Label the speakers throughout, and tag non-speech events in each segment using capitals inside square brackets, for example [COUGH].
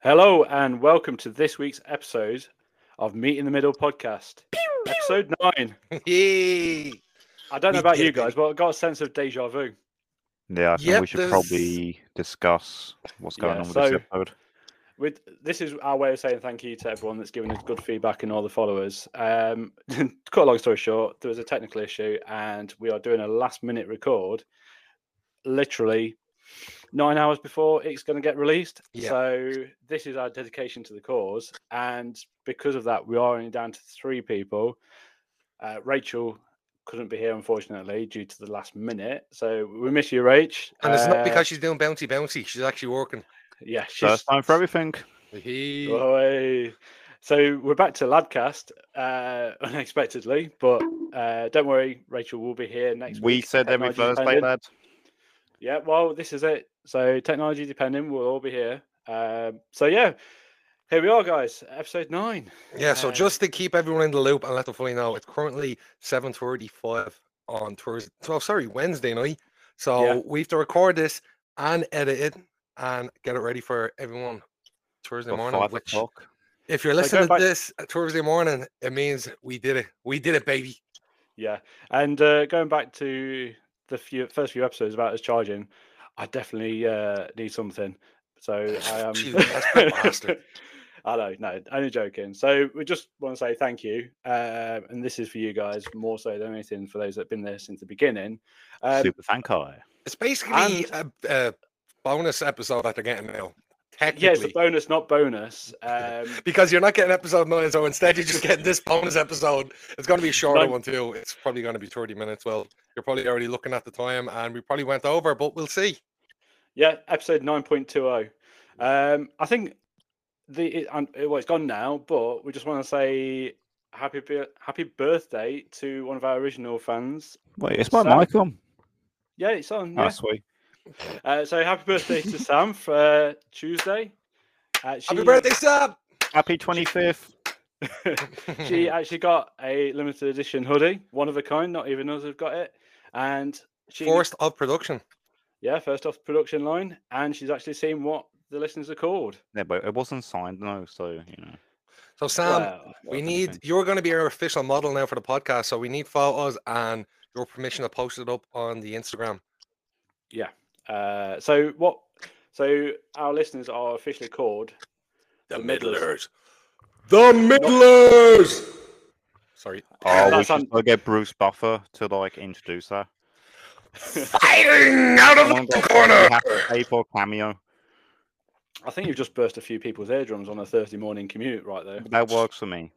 Speaker 1: Hello and welcome to this week's episode of Meet in the Middle podcast, episode nine.
Speaker 2: Yay!
Speaker 1: I don't know about you guys, but I got a sense of deja vu.
Speaker 3: Yeah, I think
Speaker 2: Yep,
Speaker 3: we should
Speaker 2: there's-
Speaker 3: probably discuss what's going
Speaker 1: Yeah,
Speaker 3: on with
Speaker 1: so-
Speaker 3: this episode.
Speaker 1: With this is our way of saying thank you to everyone that's given us good feedback and all the followers. Um, [LAUGHS] to cut a long story short, there was a technical issue, and we are doing a last-minute record, literally nine hours before it's going to get released.
Speaker 2: Yeah.
Speaker 1: So this is our dedication to the cause, and because of that, we are only down to three people. Uh, Rachel couldn't be here unfortunately due to the last minute, so we miss you, Rach.
Speaker 2: And it's not
Speaker 1: Uh,
Speaker 2: because she's doing bouncy bouncy. She's actually working.
Speaker 1: yeah,
Speaker 3: So
Speaker 1: she's
Speaker 3: it's time for everything.
Speaker 2: Yay.
Speaker 1: Oi. So we're back to Ladcast uh, [LAUGHS] unexpectedly, but uh, don't worry, Rachel will be here next
Speaker 3: We
Speaker 1: week.
Speaker 3: said every
Speaker 1: technology
Speaker 3: Thursday,
Speaker 1: dependent.
Speaker 3: lad.
Speaker 1: Yeah, well, this is it. So technology dependent, we'll all be here. Um, so yeah, here we are, guys. Episode nine.
Speaker 2: Yeah, so
Speaker 1: Um,
Speaker 2: just to keep everyone in the loop and let them fully know, it's currently 7.35 on Thursday. Oh, sorry, Wednesday night. So
Speaker 1: Yeah.
Speaker 2: we have to record this and edit it and get it ready for everyone Thursday
Speaker 3: Got
Speaker 2: morning.
Speaker 3: five
Speaker 2: Which,
Speaker 3: o'clock.
Speaker 2: if you're
Speaker 1: So
Speaker 2: listening
Speaker 1: go back-
Speaker 2: to this Thursday morning, it means we did it. We did it, baby.
Speaker 1: Yeah, and uh, going back to the few, first few episodes about us charging, I definitely uh, need something. So I am.
Speaker 2: You desperate bastard.
Speaker 1: [LAUGHS] I know, no, only joking. So we just want to say thank you, um, and this is for you guys more so than anything for those that've been there since the beginning. Um,
Speaker 3: Super thank I.
Speaker 2: It's basically a, a bonus episode that they're getting now. Technically.
Speaker 1: yeah, it's a bonus, not bonus. Um,
Speaker 2: because you're not getting episode nine, so instead you're just getting this bonus episode. It's going to be a shorter
Speaker 1: Nine-
Speaker 2: one too. It's probably going to be 30 minutes. Well, you're probably already looking at the time, and we probably went over, but we'll see.
Speaker 1: Yeah, episode nine point two zero. Um, I think the it, um, it- well, it's gone now, but we just want to say happy bir- happy birthday to one of our original fans.
Speaker 3: Wait, it's my
Speaker 1: Sam?
Speaker 3: mic on.
Speaker 1: Yeah, it's on.
Speaker 3: Oh,
Speaker 1: Yeah.
Speaker 3: sweet.
Speaker 1: Uh, so happy birthday
Speaker 2: [LAUGHS]
Speaker 1: to Sam for uh, Tuesday. Uh,
Speaker 2: Happy
Speaker 1: she-
Speaker 2: birthday, Sab!
Speaker 3: Happy 25th.
Speaker 1: she actually got a limited edition hoodie, one of a kind. Not even us have got it, and she
Speaker 2: Forced of production.
Speaker 1: yeah, first off production line, and she's actually seen what the listeners are called.
Speaker 3: Yeah, but it wasn't signed, no. So, you know.
Speaker 2: So, Sam,
Speaker 1: Wow.
Speaker 2: we
Speaker 3: that's
Speaker 2: need
Speaker 3: amazing.
Speaker 2: you're going to be our official model now for the podcast. So, we need photos and your permission to post it up on the Instagram.
Speaker 1: Uh, so what? So our listeners are officially called The Middlers.
Speaker 2: The Middlers! Sorry.
Speaker 3: Oh, we
Speaker 1: That's
Speaker 3: should
Speaker 1: on-
Speaker 3: still get Bruce Buffer to like introduce her.
Speaker 2: Fighting out
Speaker 3: Someone
Speaker 2: of the
Speaker 3: got-
Speaker 2: corner!
Speaker 3: we have to pay for a cameo.
Speaker 1: I think you've just burst a few people's eardrums on a Thursday morning commute, right there.
Speaker 3: That works for me.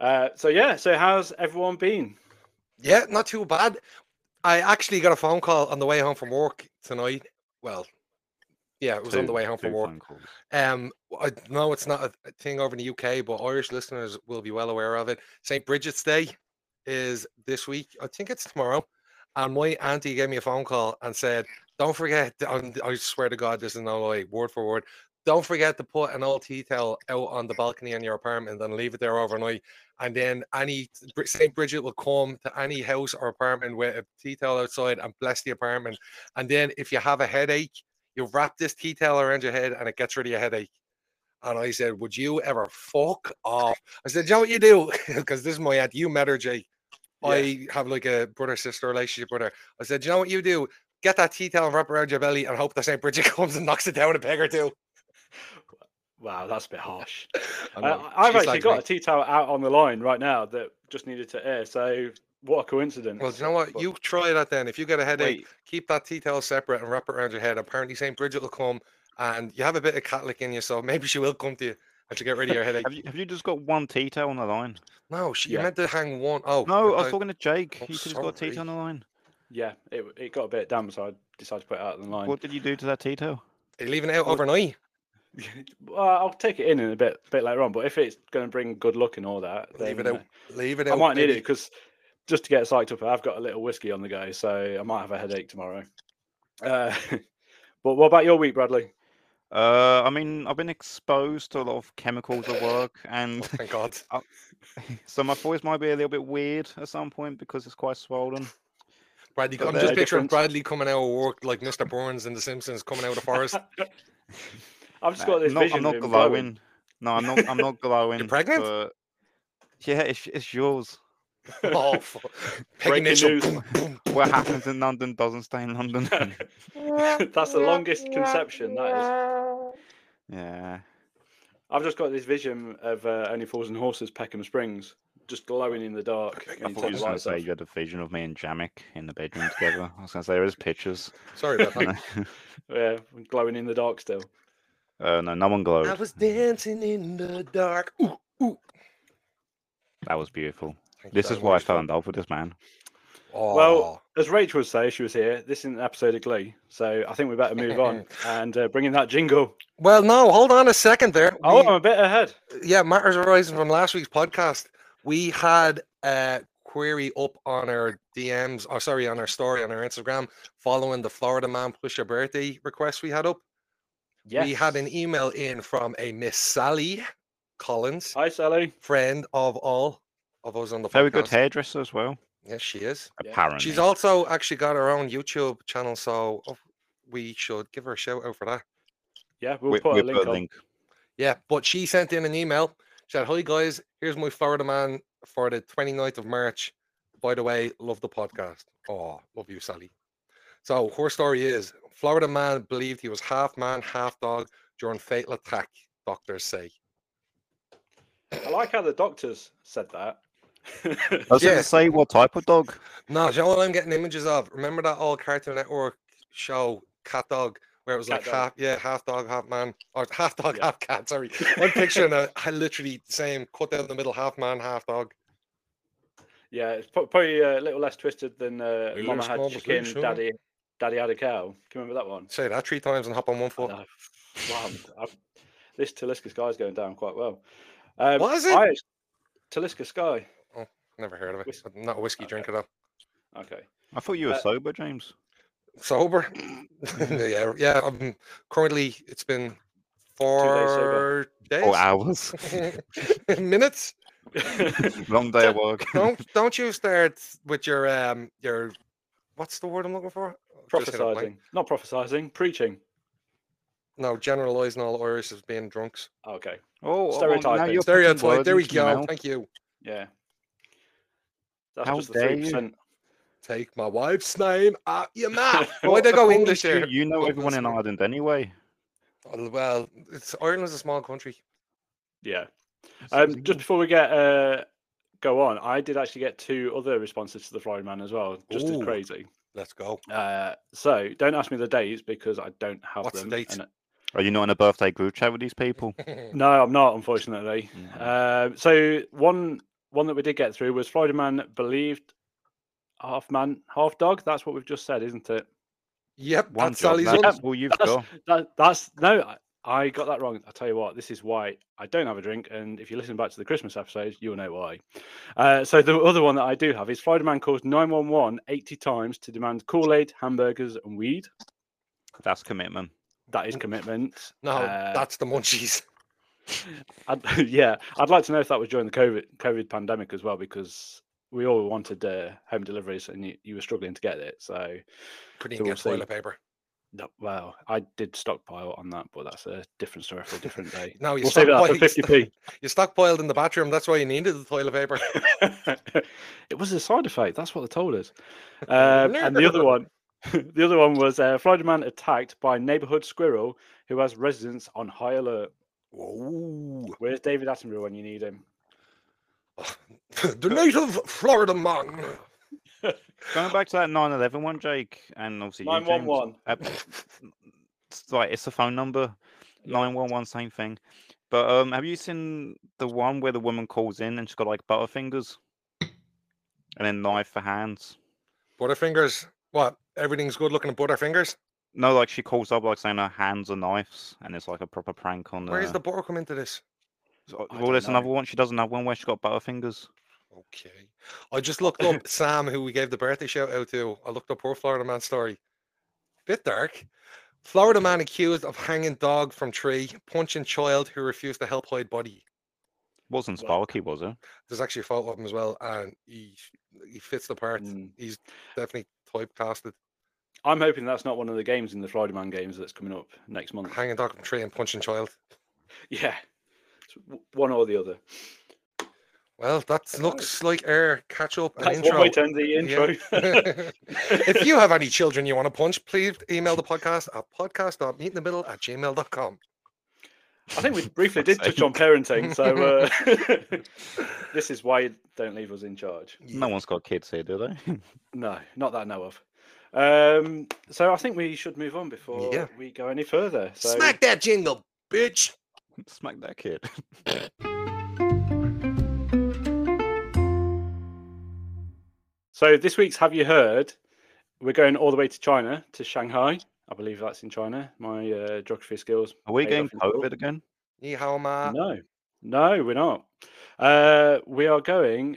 Speaker 1: Uh, so yeah, so how's everyone been?
Speaker 2: Yeah, not too bad. I actually got a phone call on the way home from work tonight. Well, yeah, it was on
Speaker 3: Two-
Speaker 2: the way home
Speaker 3: two
Speaker 2: from work.
Speaker 3: phone calls.
Speaker 2: Um, I know it's not a a thing over in the UK, but Irish listeners will be well aware of it. St. Bridget's Day is this week. I think it's tomorrow. And my auntie gave me a phone call and said, "Don't forget." And I swear to God, this is no lie, word for word. Don't forget to put an old tea towel out on the balcony in your apartment and leave it there overnight. And then any Bri- St. Bridget will come to any house or apartment with a tea towel outside and bless the apartment. And then if you have a headache, you wrap this tea towel around your head and it gets rid of your headache. And I said, Would you ever fuck off? I said, "Do You know what you do? [LAUGHS] Because this is my aunt. You met her, Jake.
Speaker 1: Yeah.
Speaker 2: I have like a brother sister relationship with her. I said, "Do You know what you do? Get that tea towel and wrap it around your belly and hope that St. Bridget [LAUGHS] comes and knocks it down a peg or two.
Speaker 1: Wow, that's a bit harsh.
Speaker 2: I
Speaker 1: Uh,
Speaker 2: know,
Speaker 1: I've
Speaker 2: she's
Speaker 1: actually
Speaker 2: like
Speaker 1: got
Speaker 2: me.
Speaker 1: a tea towel out on the line right now that just needed to air. So what a coincidence!
Speaker 2: Well, do you know what?
Speaker 1: But-
Speaker 2: You try that then. If you get a headache,
Speaker 3: Wait,
Speaker 2: keep that tea towel separate and wrap it around your head. Apparently, St. Bridget will come and you have a bit of Catholic in you, so maybe she will come to you and she'll get rid of your
Speaker 1: [LAUGHS]
Speaker 2: headache.
Speaker 3: have you, have you just got one tea towel on the line?
Speaker 2: No, she,
Speaker 1: Yeah.
Speaker 2: you meant to hang one. Oh,
Speaker 3: No, I
Speaker 2: okay.
Speaker 3: was talking to Jake.
Speaker 2: Oh,
Speaker 3: He could have got a tea
Speaker 2: sorry.
Speaker 3: towel on the line.
Speaker 1: yeah, it, it got a bit damp, so I decided to put it out on the line.
Speaker 3: What did you do to that tea towel?
Speaker 2: You're leaving it out
Speaker 1: Well,
Speaker 2: overnight.
Speaker 1: [LAUGHS] well, I'll take it in in a bit, bit later on. But if it's going to bring good luck and all that,
Speaker 2: Leave it
Speaker 1: then,
Speaker 2: out. Leave it
Speaker 1: uh,
Speaker 2: out.
Speaker 1: I might need it
Speaker 2: baby.
Speaker 1: because just to get psyched up, I've got a little whiskey on the go, [LAUGHS] so I might have a headache tomorrow. Uh, but what about your week, Bradley?
Speaker 3: Uh, I mean, I've been exposed to a lot of chemicals at work,
Speaker 1: [LAUGHS]
Speaker 2: Oh, [LAUGHS]
Speaker 3: and [LAUGHS]
Speaker 2: thank God.
Speaker 3: so my voice might be a little bit weird at some point because it's quite swollen.
Speaker 2: Bradley,
Speaker 1: But
Speaker 2: I'm
Speaker 1: they're
Speaker 2: just picturing
Speaker 1: different.
Speaker 2: Bradley coming out of work
Speaker 1: [LAUGHS]
Speaker 2: like Mr. Burns in The Simpsons coming out of the forest.
Speaker 1: I've just
Speaker 3: Nah,
Speaker 1: got this
Speaker 3: I'm not,
Speaker 1: vision.
Speaker 3: I'm not
Speaker 1: of him
Speaker 3: glowing.
Speaker 1: glowing.
Speaker 3: No, I'm not. I'm not glowing.
Speaker 2: pregnant?
Speaker 3: but- Yeah, it's, it's yours.
Speaker 2: oh, fuck.
Speaker 1: Breaking news.
Speaker 3: What happens in London doesn't stay
Speaker 1: [LAUGHS]
Speaker 3: in London.
Speaker 1: That's the longest conception. That is.
Speaker 3: [LAUGHS] yeah.
Speaker 1: I've just got this vision of uh, Only Fools and Horses, Peckham Springs, just glowing in the dark.
Speaker 3: I
Speaker 1: when
Speaker 3: thought
Speaker 1: turn
Speaker 3: you were
Speaker 1: the
Speaker 3: going to
Speaker 1: lights
Speaker 3: say
Speaker 1: off.
Speaker 3: you had a vision of me and Jamik in the bedroom together. I was going to say there is
Speaker 1: [LAUGHS]
Speaker 3: pictures.
Speaker 2: Sorry about
Speaker 3: [LAUGHS]
Speaker 2: that.
Speaker 3: uh,
Speaker 1: Yeah, glowing in the dark still.
Speaker 3: no, no one glowed.
Speaker 2: I was dancing in the dark. Ooh, ooh.
Speaker 3: That was beautiful.
Speaker 2: Thank you,
Speaker 3: This
Speaker 2: that
Speaker 3: is why I
Speaker 2: was
Speaker 3: fell in
Speaker 2: fun.
Speaker 3: love with this man.
Speaker 2: Oh.
Speaker 1: Well, As Rachel would say, if she was here. This isn't an episode of Glee, so I think we better move on
Speaker 3: [LAUGHS]
Speaker 1: and uh, bring in that jingle.
Speaker 2: well, no, hold on a second there.
Speaker 1: Oh,
Speaker 2: We-
Speaker 1: I'm a bit ahead.
Speaker 2: yeah, matters arising from last week's podcast. We had a query up on our DMs, or sorry, on our story on our Instagram, following the Florida man push your birthday request we had up.
Speaker 1: Yes.
Speaker 2: We had an email in from a Miss Sally Collins,
Speaker 1: Hi, Sally.
Speaker 2: friend of all of us on the
Speaker 3: Very
Speaker 2: podcast.
Speaker 3: good hairdresser as well,
Speaker 2: Yes, she is.
Speaker 1: Yeah.
Speaker 3: apparently.
Speaker 2: She's also actually got her own YouTube channel, so oh, we should give her a shout out for that.
Speaker 1: Yeah, we'll
Speaker 3: we,
Speaker 1: put
Speaker 3: we
Speaker 1: a link on.
Speaker 2: Yeah, but she sent in an email. She said, Hi guys, here's my Florida man for the 29th of March. By the way, love the podcast. Oh, love you, Sally. So her story is Florida man believed he was half man, half dog during fatal attack, doctors say.
Speaker 1: I like how the doctors said that. Oh.
Speaker 3: Does
Speaker 2: Yeah.
Speaker 3: it say what type of dog?
Speaker 2: No, do you know what I'm getting images of? Remember that old Cartoon Network show, Cat Dog, where it was
Speaker 1: Cat
Speaker 2: like
Speaker 1: Dog.
Speaker 2: half, yeah, half dog, half man, or half dog,
Speaker 1: Yeah.
Speaker 2: half
Speaker 1: [LAUGHS]
Speaker 2: cat. Sorry, one picture and a I literally the same cut down the middle, half man, half dog.
Speaker 1: [LAUGHS] yeah, it's pro- probably uh, a little less twisted than uh,
Speaker 2: Little
Speaker 1: Mama
Speaker 2: small
Speaker 1: had
Speaker 2: but
Speaker 1: chicken,
Speaker 2: very sure.
Speaker 1: Daddy, Daddy had a cow. Can you remember that one?
Speaker 2: Say that three times and hop on one foot.
Speaker 1: No. Wow, I've- this Taliska Sky's going down quite well. Um,
Speaker 2: What is it?
Speaker 1: I- Taliska Sky.
Speaker 2: Never heard of it.
Speaker 1: Whis-
Speaker 2: I'm not a whiskey
Speaker 1: Okay.
Speaker 2: drinker though.
Speaker 1: Okay. [LAUGHS]
Speaker 3: I thought you were
Speaker 1: Uh,
Speaker 3: sober, James.
Speaker 2: Sober. [LAUGHS]
Speaker 1: [LAUGHS]
Speaker 2: yeah, yeah. I'm currently. It's been
Speaker 1: sober.
Speaker 2: four days.
Speaker 3: Four hours.
Speaker 2: [LAUGHS] Minutes.
Speaker 3: Long day at work.
Speaker 2: Don't don't you start with your um your what's the word I'm looking for? Just hit a blank.
Speaker 1: prophesizing. Not prophesizing, preaching.
Speaker 2: No, generalizing all Irish as being drunks.
Speaker 1: Okay.
Speaker 3: [LAUGHS] Oh,
Speaker 1: Stereotyping.
Speaker 3: you're putting
Speaker 2: Stereotype.
Speaker 3: words
Speaker 2: There we
Speaker 3: into my
Speaker 2: go.
Speaker 3: mouth.
Speaker 2: Thank you.
Speaker 1: Yeah. That's
Speaker 3: How
Speaker 1: just the
Speaker 3: dare
Speaker 1: three
Speaker 3: you.
Speaker 1: percent.
Speaker 2: Take my wife's name out
Speaker 3: [LAUGHS]
Speaker 2: your mouth.
Speaker 1: Well,
Speaker 2: Why'd they go
Speaker 3: According
Speaker 2: English
Speaker 3: to
Speaker 2: there?
Speaker 3: You know
Speaker 2: Well,
Speaker 3: everyone in
Speaker 2: that's-
Speaker 3: Ireland anyway.
Speaker 2: Oh, Well, it's Ireland's a small country.
Speaker 1: Yeah.
Speaker 3: So it's
Speaker 1: Um, just
Speaker 3: English.
Speaker 1: before we get uh, go on, I did actually get two other responses to the Florida Man as well, just as
Speaker 2: Ooh.
Speaker 1: crazy.
Speaker 2: Let's go. [LAUGHS]
Speaker 1: Uh, so don't ask me the dates because I don't have
Speaker 2: What's the
Speaker 1: them.
Speaker 2: date?
Speaker 1: and- uh,
Speaker 3: Are you not in a birthday group chat with these people?
Speaker 1: no, I'm not, unfortunately.
Speaker 2: Hmm.
Speaker 1: Uh, so one one that we did get through was Florida Man believed half man, half dog. That's what we've just said, isn't it?
Speaker 2: yep,
Speaker 3: One
Speaker 2: that's
Speaker 3: job,
Speaker 2: Sally's
Speaker 3: that's
Speaker 2: own.
Speaker 3: all you've
Speaker 1: That's-
Speaker 3: got.
Speaker 1: That, that's no, I, I got that wrong. I tell you what, this is why I don't have a drink. And if you listen back to the Christmas episode, you'll know why. Uh, so the other one that I do have is Florida man calls 911 80 times to demand Kool Aid, hamburgers, and weed.
Speaker 3: That's commitment.
Speaker 1: That is commitment.
Speaker 2: No,
Speaker 1: Uh,
Speaker 2: that's the munchies.
Speaker 1: I'd, [LAUGHS] yeah, I'd like to know if that was during the COVID COVID pandemic as well, because we all wanted uh, home deliveries and you, you were struggling to get it. So,
Speaker 2: Couldn't
Speaker 1: so
Speaker 2: even
Speaker 1: we'll
Speaker 2: get
Speaker 1: see.
Speaker 2: toilet paper.
Speaker 1: no, well, I did stockpile on that, but that's a different story for a different day.
Speaker 2: [LAUGHS] No, you
Speaker 1: We'll save that for
Speaker 2: stockpiled.
Speaker 1: 50p.
Speaker 2: You stockpiled in the bathroom. That's why you needed the
Speaker 1: [LAUGHS]
Speaker 2: toilet paper.
Speaker 1: it was a side effect. That's what they told
Speaker 3: [LAUGHS]
Speaker 1: us. Um, and the other one, [LAUGHS] the other one was uh, Florida man attacked by neighborhood squirrel who has residents on high alert.
Speaker 2: Whoa.
Speaker 1: Where's David Attenborough when you need him?
Speaker 2: the native Florida man.
Speaker 3: Going back to that 911 one, Jake, and obviously you,
Speaker 1: Nine one
Speaker 3: James,
Speaker 1: one.
Speaker 3: uh, [LAUGHS] it's like it's a phone number. 911, same thing. But um, have you seen the one where the woman calls in and she's got like butterfingers and then knife for hands?
Speaker 2: Butterfingers. What? Everything's good looking at Butterfingers?
Speaker 3: No, like she calls up like saying her hands are knives and it's like a proper prank on
Speaker 2: Where's the butter come into this?
Speaker 3: So,
Speaker 1: I
Speaker 3: well,
Speaker 1: don't
Speaker 3: there's
Speaker 1: know.
Speaker 3: another one. She doesn't have one where she's got butterfingers.
Speaker 2: Okay. I just
Speaker 1: [LAUGHS]
Speaker 2: looked up Sam, who we gave the birthday shout out to. I looked up her Florida man story. Bit dark. Florida man accused of hanging dog from tree, punching child who refused to help hide body.
Speaker 3: Wasn't
Speaker 1: Well-
Speaker 3: Sparky, was it?
Speaker 2: There's actually a photo of him as well, and he he fits the part.
Speaker 1: Mm.
Speaker 2: He's definitely typecasted.
Speaker 1: I'm hoping that's not one of the games in the Friday Man games that's coming up next month.
Speaker 2: Hanging dog from tree and punching child.
Speaker 1: [LAUGHS] Yeah, It's w- one or the other.
Speaker 2: Well, that looks like our catch up and
Speaker 1: That's one way to
Speaker 2: intro.
Speaker 1: end the intro.
Speaker 2: [LAUGHS]
Speaker 3: [LAUGHS]
Speaker 2: if you have any children you want to punch, please email the podcast at podcast.meetinthemiddle at gmail.com.
Speaker 1: [LAUGHS] I think we briefly
Speaker 3: Fuck's
Speaker 1: did touch on parenting, so uh,
Speaker 3: [LAUGHS]
Speaker 1: [LAUGHS] this is why you don't leave us in charge.
Speaker 3: No one's got kids here, do they? [LAUGHS]
Speaker 1: No, not that I know of. Um, so I think we should move on before
Speaker 2: Yeah.
Speaker 1: we go any further. So
Speaker 2: Smack that jingle, bitch.
Speaker 3: Smack that kid.
Speaker 1: So this week's Have You Heard? We're going all the way to China, to Shanghai. I believe that's in China. My uh, geography skills.
Speaker 3: Are we
Speaker 1: paid
Speaker 3: getting
Speaker 1: off in full.
Speaker 3: COVID again?
Speaker 2: Ni hao ma.
Speaker 1: No, no, we're not. Uh, we are going,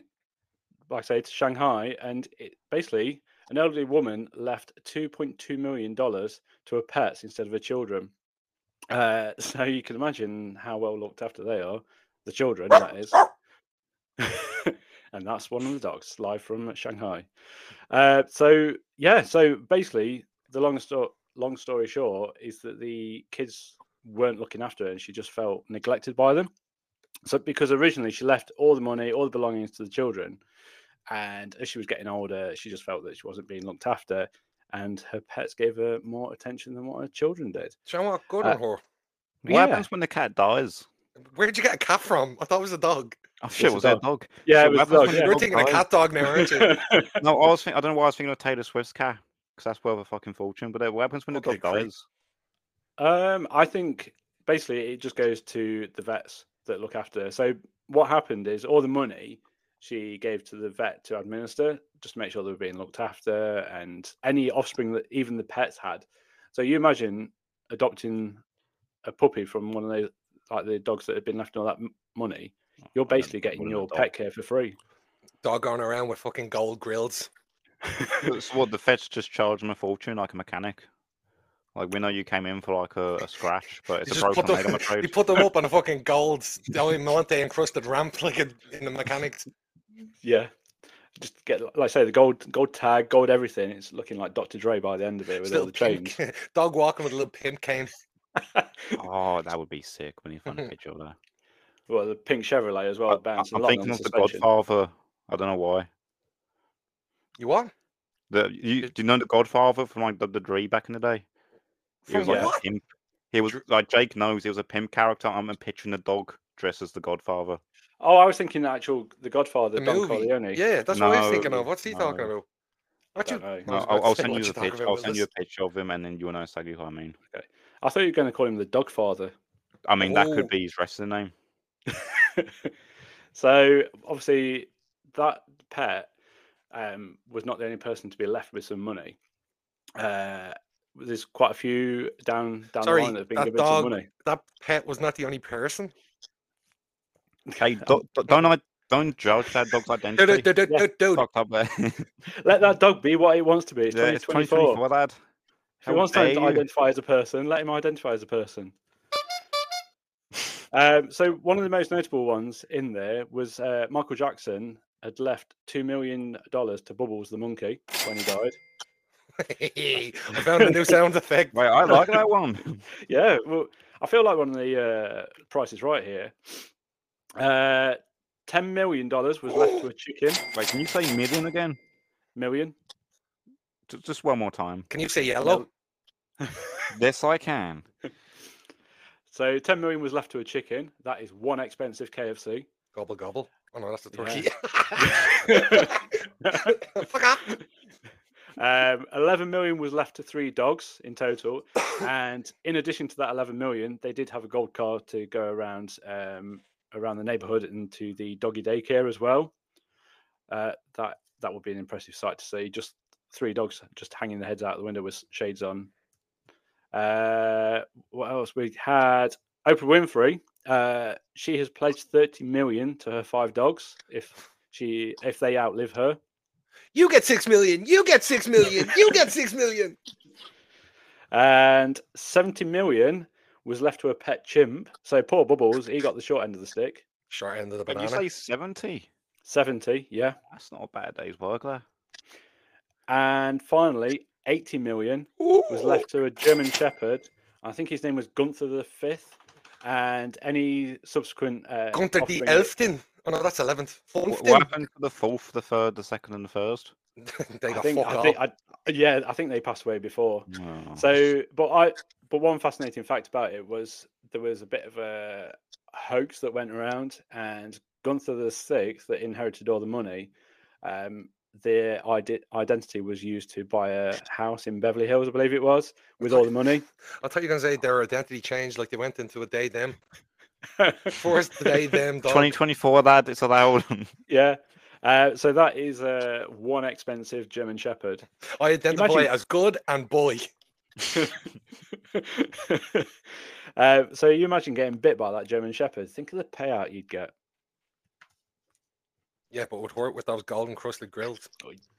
Speaker 1: like I say, to Shanghai, and it, basically, an elderly woman left $2.2 million to her pets instead of her children. Uh, [LAUGHS] so you can imagine how well looked after they are, the children, that is. [LAUGHS] and that's one of the dogs live from Shanghai. Uh, so yeah, so basically, the long story long story short is that the kids weren't looking after her, and she just felt neglected by them. So because originally she left all the money, all the belongings to the children, and as she was getting older, she just felt that she wasn't being looked after, and her pets gave her more attention than what her children did.
Speaker 2: Do you know what? Good
Speaker 1: Uh,
Speaker 2: on her.
Speaker 3: What
Speaker 1: Yeah.
Speaker 3: happens when the cat dies?
Speaker 2: Where'd you get a cat from? I thought it was a dog.
Speaker 3: Oh shit,
Speaker 1: a
Speaker 3: was it a
Speaker 1: dog.
Speaker 3: dog?
Speaker 1: Yeah,
Speaker 3: So
Speaker 1: it was
Speaker 3: what
Speaker 1: dog,
Speaker 3: happens when
Speaker 1: Oh, yeah.
Speaker 2: You're
Speaker 3: dog
Speaker 2: thinking a
Speaker 3: dies?
Speaker 2: cat dog now,
Speaker 1: [LAUGHS]
Speaker 2: aren't you?
Speaker 3: No, I was thinking. I don't know why I was thinking of Taylor Swift's cat because that's worth a fucking fortune. But uh, what happens when the
Speaker 2: Okay,
Speaker 3: dog
Speaker 2: great.
Speaker 3: dies?
Speaker 1: Um, I think basically it just goes to the vets that look after her. So what happened is all the money she gave to the vet to administer, just to make sure they were being looked after and any offspring that even the pets had. So you imagine adopting a puppy from one of those like the dogs that had been left all that m- money. You're
Speaker 3: Oh, I don't
Speaker 1: basically
Speaker 3: know,
Speaker 1: getting
Speaker 3: wouldn't
Speaker 1: your
Speaker 3: a
Speaker 1: pet care for free.
Speaker 2: Dog going around with fucking gold grills.
Speaker 3: dog. [LAUGHS] So what the feds just charge him a fortune like a mechanic? Like we know you came in for like a, a scratch, but
Speaker 2: You
Speaker 3: it's a
Speaker 2: just put
Speaker 3: broken
Speaker 2: them- [LAUGHS]
Speaker 3: leg. I'm
Speaker 2: You
Speaker 1: [LAUGHS]
Speaker 3: afraid.
Speaker 2: put them up on a fucking gold diamante encrusted ramp like in in the mechanics.
Speaker 1: yeah. Just get like I say the gold gold tag, gold everything. It's looking like Dr. Dre by the end of it with all
Speaker 2: Little
Speaker 1: the chains.
Speaker 2: pimp- [LAUGHS] dog walking with a little pimp cane.
Speaker 3: Oh, that would be sick when
Speaker 1: [LAUGHS]
Speaker 3: you find a picture of that.
Speaker 1: Well, the pink Chevrolet as well.
Speaker 3: I,
Speaker 1: bounced a
Speaker 3: am
Speaker 1: lot
Speaker 3: uh, thinking
Speaker 1: on
Speaker 3: of the
Speaker 1: suspension.
Speaker 3: Godfather. I don't know why.
Speaker 2: You what?
Speaker 3: The, you, do you know the Godfather from like the, the Dre back in the day? He
Speaker 2: From
Speaker 3: was like
Speaker 2: what?
Speaker 3: a pimp. He was like Jake knows he was a pimp character. I'm picturing the dog dressed as the Godfather.
Speaker 1: Oh, I was thinking the actual The Godfather,
Speaker 2: The
Speaker 1: Don
Speaker 2: movie.
Speaker 1: Corleone.
Speaker 2: Yeah, that's what I was
Speaker 3: No,
Speaker 2: thinking of. What's he talking
Speaker 3: no.
Speaker 2: about?
Speaker 1: I,
Speaker 2: What you?
Speaker 1: don't know.
Speaker 2: I
Speaker 3: No,
Speaker 2: was about
Speaker 3: I'll,
Speaker 2: to
Speaker 3: I'll
Speaker 2: say,
Speaker 3: send
Speaker 2: what
Speaker 3: you
Speaker 2: you
Speaker 3: the
Speaker 2: talking
Speaker 3: picture.
Speaker 2: about
Speaker 3: I'll
Speaker 2: with
Speaker 3: send you a
Speaker 2: this?
Speaker 3: picture of him, and then you and I exactly who I mean.
Speaker 1: I thought you were going to call him the Dogfather. [LAUGHS]
Speaker 3: I mean, that
Speaker 2: Oh.
Speaker 3: could be his wrestling name.
Speaker 1: so obviously, that pet um, was not the only person to be left with some money. Uh, there's quite a few down down
Speaker 2: Sorry,
Speaker 1: the line that have been
Speaker 2: that
Speaker 1: given
Speaker 2: dog-
Speaker 1: some money.
Speaker 2: That pet was not the only person. [LAUGHS]
Speaker 3: Hey, do, do- don't I? Don't judge that dog's
Speaker 2: Dude,
Speaker 3: identity.
Speaker 2: dude, dude, dude,
Speaker 1: Yeah.
Speaker 2: dude, dude.
Speaker 3: Fucked up there. [LAUGHS]
Speaker 1: Let that dog be what it wants to be. It's
Speaker 3: yeah, it's
Speaker 1: 2024.
Speaker 3: 2024, lad.
Speaker 1: If he
Speaker 3: How
Speaker 1: wants time
Speaker 3: dare
Speaker 1: to
Speaker 3: you.
Speaker 1: identify as a person, let him identify as a person. [LAUGHS] Um, so one of the most notable ones in there was uh, Michael Jackson had left two million dollars to Bubbles the monkey when he died.
Speaker 2: [LAUGHS] I found a new sound effect.
Speaker 3: Wait,
Speaker 2: [LAUGHS]
Speaker 3: I like that one.
Speaker 1: Yeah, well, I feel like one of the uh, prices right here. Uh, Ten million dollars was left to a chicken.
Speaker 3: Wait, can you say million again?
Speaker 1: Million.
Speaker 3: Ju- Just one more time.
Speaker 2: Can you say yellow?
Speaker 3: Yes, I can.
Speaker 1: So ten million was left to a chicken. That is one expensive [LAUGHS] KFC.
Speaker 2: Gobble gobble. Oh no, that's the turkey.
Speaker 1: Yeah. [LAUGHS]
Speaker 2: Fuck off.
Speaker 1: Um, 11 million was left to three dogs in total. And in addition to that 11 million, they did have a gold car to go around um, around the neighborhood and to the doggy daycare as well. Uh, that that would be an impressive sight to see. Just three dogs just hanging their heads out the window with shades on. Uh, what else? We had Oprah Winfrey. Uh, she has pledged 30 million to her five dogs if she if they outlive her. [LAUGHS]
Speaker 2: You get six million. You get six million. You get six million.
Speaker 1: And 70 million was left to a pet chimp. So poor Bubbles, he got the short end of the stick.
Speaker 2: Short end of the
Speaker 3: But
Speaker 2: banana.
Speaker 3: you say 70?
Speaker 1: 70, yeah.
Speaker 3: That's not a bad day's work there.
Speaker 1: And finally, 80 million was
Speaker 2: Ooh,
Speaker 1: left to a German Shepherd. I think his name was Gunther the Fifth, and any subsequent uh,
Speaker 2: Gunther the
Speaker 1: offspring-
Speaker 2: Elfton. Oh no, that's eleventh.
Speaker 3: What,
Speaker 2: Funfton.
Speaker 3: what happened to the fourth, the third, the second, and the first?
Speaker 2: [LAUGHS] they
Speaker 1: I
Speaker 2: got
Speaker 1: think,
Speaker 2: fucked
Speaker 1: I
Speaker 2: off.
Speaker 1: think I, yeah, I think they passed away before.
Speaker 3: Oh.
Speaker 1: So, but I, but one fascinating fact about it was there was a bit of a hoax that went around, and Gunther the Sixth, that inherited all the money, um, their ide- identity was used to buy a house in Beverly Hills, I believe it was, with all the money.
Speaker 2: I thought you were gonna say their identity changed, like they went into a
Speaker 1: [LAUGHS]
Speaker 2: day them. First day them dog.
Speaker 3: 2024, lad, it's allowed. [LAUGHS]
Speaker 1: Yeah. Uh, so that is uh, one expensive German Shepherd. [LAUGHS]
Speaker 2: I identify
Speaker 1: Imagine-
Speaker 2: as good and boy.
Speaker 1: uh, so you imagine getting bit by that German Shepherd. Think of the payout you'd get.
Speaker 2: Yeah, but would hurt with those golden crusted grills.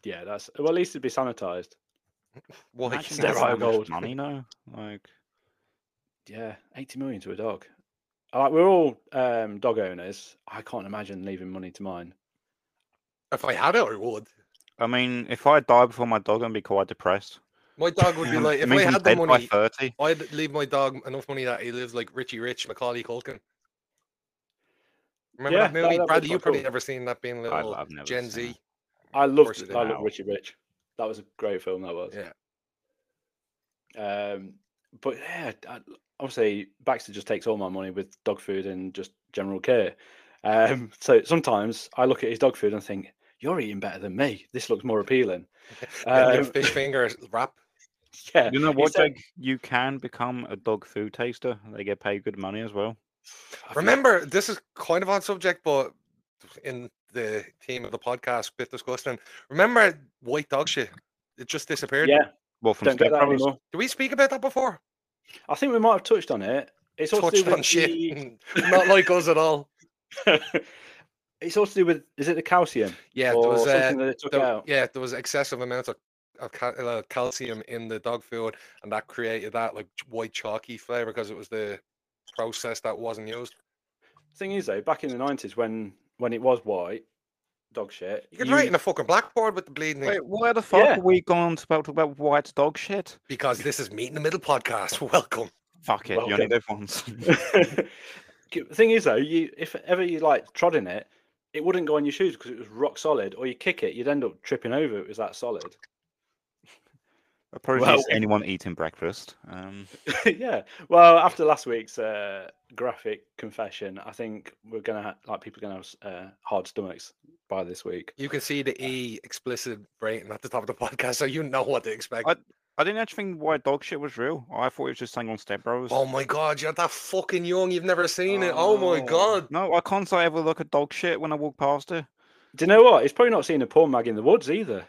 Speaker 1: Yeah, that's well. At least it'd be sanitized.
Speaker 2: Why?
Speaker 3: Imagine
Speaker 1: sterile
Speaker 3: how much
Speaker 1: gold.
Speaker 3: money now. Like,
Speaker 1: Yeah, eighty million to a dog. Like we're all um, dog owners. I can't imagine leaving money to mine.
Speaker 2: If I had it, I would.
Speaker 3: I mean, if I die before my dog, I'm gonna be quite depressed.
Speaker 2: My dog would be
Speaker 3: Um,
Speaker 2: like,
Speaker 3: it
Speaker 2: if I
Speaker 3: means I'm
Speaker 2: had the
Speaker 3: dead by
Speaker 2: money,
Speaker 3: 30.
Speaker 2: I'd leave my dog enough money that he lives like Richie Rich, Macaulay Culkin. Remember
Speaker 1: Yeah,
Speaker 2: that
Speaker 1: that-
Speaker 2: movie?
Speaker 1: that was
Speaker 2: Bradley, you
Speaker 1: quite
Speaker 2: probably
Speaker 1: cool.
Speaker 2: never seen that being
Speaker 3: I've,
Speaker 2: little
Speaker 3: I've never
Speaker 2: uh, Gen
Speaker 3: seen
Speaker 2: Z.
Speaker 3: it.
Speaker 1: I
Speaker 2: course
Speaker 1: loved.
Speaker 2: you
Speaker 1: I
Speaker 3: do.
Speaker 1: loved Richie Rich. That was a great film. That was.
Speaker 2: Yeah.
Speaker 1: Um, but yeah, I- obviously Baxter just takes all my money with dog food and just general care. Um, [LAUGHS] so sometimes I look at his dog food and think, "You're eating better than me. This looks more
Speaker 2: [LAUGHS]
Speaker 1: appealing."
Speaker 2: Get your
Speaker 1: Um,
Speaker 2: fish finger wrap.
Speaker 1: yeah,
Speaker 3: You know
Speaker 1: he
Speaker 3: what,
Speaker 1: said-
Speaker 3: Jake? You can become a dog food taster. They get paid good money as well.
Speaker 1: I think-
Speaker 2: Remember, this is kind of on subject, but in the theme of the podcast, bit disgusting. Remember white dog shit? It just disappeared.
Speaker 1: Yeah,
Speaker 3: Well, from
Speaker 1: don't get
Speaker 3: step
Speaker 1: that
Speaker 3: brothers.
Speaker 1: anymore.
Speaker 2: Did we speak about that before?
Speaker 1: I think we might have touched on it. It's also
Speaker 2: Touched on shit. [LAUGHS] Not like us at all.
Speaker 1: [LAUGHS] it's also to do with is it the calcium?
Speaker 2: Yeah,
Speaker 1: or
Speaker 2: there was uh,
Speaker 1: Oh, something that it took
Speaker 2: there-
Speaker 1: out.
Speaker 2: yeah, there was excessive amounts of, of cal- uh, calcium in the dog food, and that created that like ch- white chalky flavor because it was the process that wasn't used.
Speaker 1: Thing is though, back in the nineties when when it was white dog shit,
Speaker 2: You could write in a fucking blackboard with the bleeding thing,
Speaker 3: Wait, why the fuck
Speaker 1: Yeah.
Speaker 3: are we going to about talk about white dog shit?
Speaker 2: because this is meet in the middle podcast. [LAUGHS] Welcome.
Speaker 3: Fuck it, you
Speaker 1: Welcome.
Speaker 3: only live once. [LAUGHS]
Speaker 1: [LAUGHS] K- thing is though, you if ever you like trod in it, it wouldn't go on your shoes because it was rock solid. Or you kick it, you'd end up tripping over. It was that solid. [LAUGHS]
Speaker 3: Apologies
Speaker 1: Well-
Speaker 3: to anyone eating breakfast. Um,
Speaker 1: yeah. Well, after last week's uh, graphic confession, I think we're gonna ha- like people are gonna have s- uh, hard stomachs by this week.
Speaker 2: You can see the E explicit rating at the top of the [LAUGHS] podcast, so you know what to expect.
Speaker 3: I- I didn't actually think white dog shit was real. I thought it was just saying on Step Brothers.
Speaker 2: Oh my god, you're that fucking young. You've never seen it. Oh my god.
Speaker 3: No, I can't say I ever look at dog shit when I walk past it.
Speaker 1: Do you know what? He's probably not seen a porn mag in the woods either.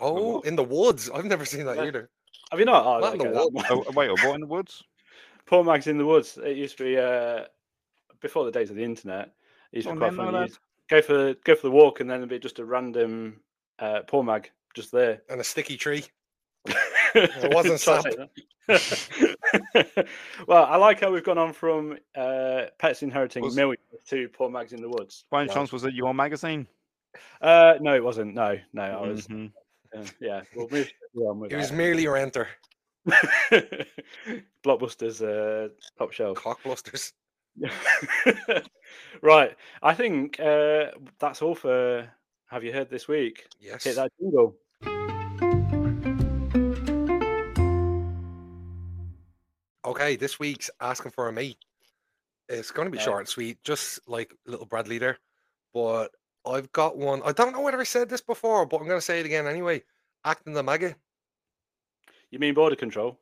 Speaker 2: Oh, in the woods. I've never seen that
Speaker 1: Yeah.
Speaker 2: either.
Speaker 1: Have you not? Oh,
Speaker 2: Not in the
Speaker 1: okay, that
Speaker 2: woods.
Speaker 1: might-
Speaker 3: Oh, wait, what in the woods?
Speaker 1: porn mags in the woods. It used to be uh, before the days of the internet. It used to
Speaker 3: Oh,
Speaker 1: be quite
Speaker 3: no,
Speaker 1: fun. You
Speaker 3: no, no.
Speaker 1: used- Go for go for the walk, and then it'd be just a random uh, porn mag just there.
Speaker 2: And a sticky tree.
Speaker 1: [LAUGHS]
Speaker 2: wasn't
Speaker 1: Try to say that. [LAUGHS] well, I like how we've gone on from uh, pets inheriting
Speaker 3: Was-
Speaker 1: millions to porn mags in the woods.
Speaker 3: By any
Speaker 1: Wow.
Speaker 3: chance, was it your magazine?
Speaker 1: Uh, no, it wasn't. No, no, I was.
Speaker 3: Mhm.
Speaker 1: Uh, yeah, we'll move on with
Speaker 2: It was
Speaker 1: that.
Speaker 2: merely a renter.
Speaker 1: [LAUGHS] Blockbuster's uh, top shelf.
Speaker 2: Cockblusters.
Speaker 1: [LAUGHS] right. I think uh, that's all for Have You Heard This Week?
Speaker 2: Yes.
Speaker 1: Hit that jingle.
Speaker 2: Okay, this week's asking for a mate. It's going to be
Speaker 1: Right.
Speaker 2: short and sweet, just like little Bradley there. But I've got one. I don't know whether I said this before, but I'm going to say it again anyway. Acting the maggot.
Speaker 1: You mean border control?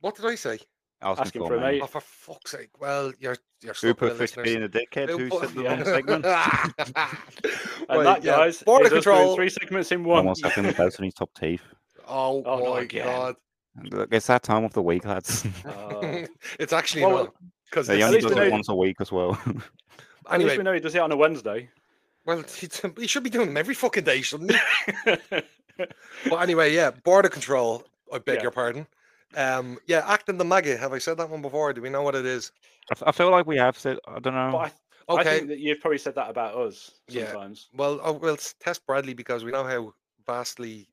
Speaker 2: What did I say?
Speaker 3: Asking,
Speaker 1: Asking
Speaker 3: for,
Speaker 1: for a
Speaker 3: a mate.
Speaker 1: Yeah.
Speaker 2: Oh, for fuck's sake! Well, you're you're
Speaker 3: Who
Speaker 2: stuck
Speaker 3: put
Speaker 2: with the
Speaker 3: fish
Speaker 2: listeners.
Speaker 3: being a dickhead?
Speaker 2: Who
Speaker 3: Who
Speaker 2: put-
Speaker 3: said the
Speaker 2: yeah. [LAUGHS]
Speaker 3: wrong segment?
Speaker 1: And
Speaker 2: Right,
Speaker 1: that,
Speaker 2: yeah.
Speaker 1: guys,
Speaker 2: Border
Speaker 1: is us doing
Speaker 2: control.
Speaker 1: three segments in
Speaker 3: No
Speaker 1: one. [LAUGHS]
Speaker 3: one's sucking the boats in his top teeth.
Speaker 2: Oh,
Speaker 1: Oh, not
Speaker 2: my
Speaker 1: again.
Speaker 2: god!
Speaker 3: Look, it's that time of the week, [LAUGHS] lads.
Speaker 2: [LAUGHS]
Speaker 1: Uh,
Speaker 2: it's actually
Speaker 1: well,
Speaker 2: not because
Speaker 3: Oh. They
Speaker 1: At
Speaker 3: only
Speaker 1: least
Speaker 3: do
Speaker 1: we
Speaker 3: it
Speaker 1: know-
Speaker 3: once a week as well. [LAUGHS]
Speaker 1: At least
Speaker 2: anyway.
Speaker 1: we know he does it on a Wednesday. [LAUGHS]
Speaker 2: Well, it's- he should be doing them every fucking
Speaker 3: [LAUGHS]
Speaker 2: day, shouldn't he?
Speaker 1: yeah,
Speaker 2: but anyway, yeah, border control. I beg
Speaker 1: Yeah.
Speaker 2: your pardon. Um, yeah, acting the maggot. Have I said that one before? Do we know what it is?
Speaker 3: I, f- I feel like we have said. I don't know.
Speaker 1: But I, I
Speaker 2: Okay.
Speaker 1: think that you've probably said that about us
Speaker 2: Yeah.
Speaker 1: sometimes.
Speaker 2: Well, oh, we'll s- test Bradley because we know how vastly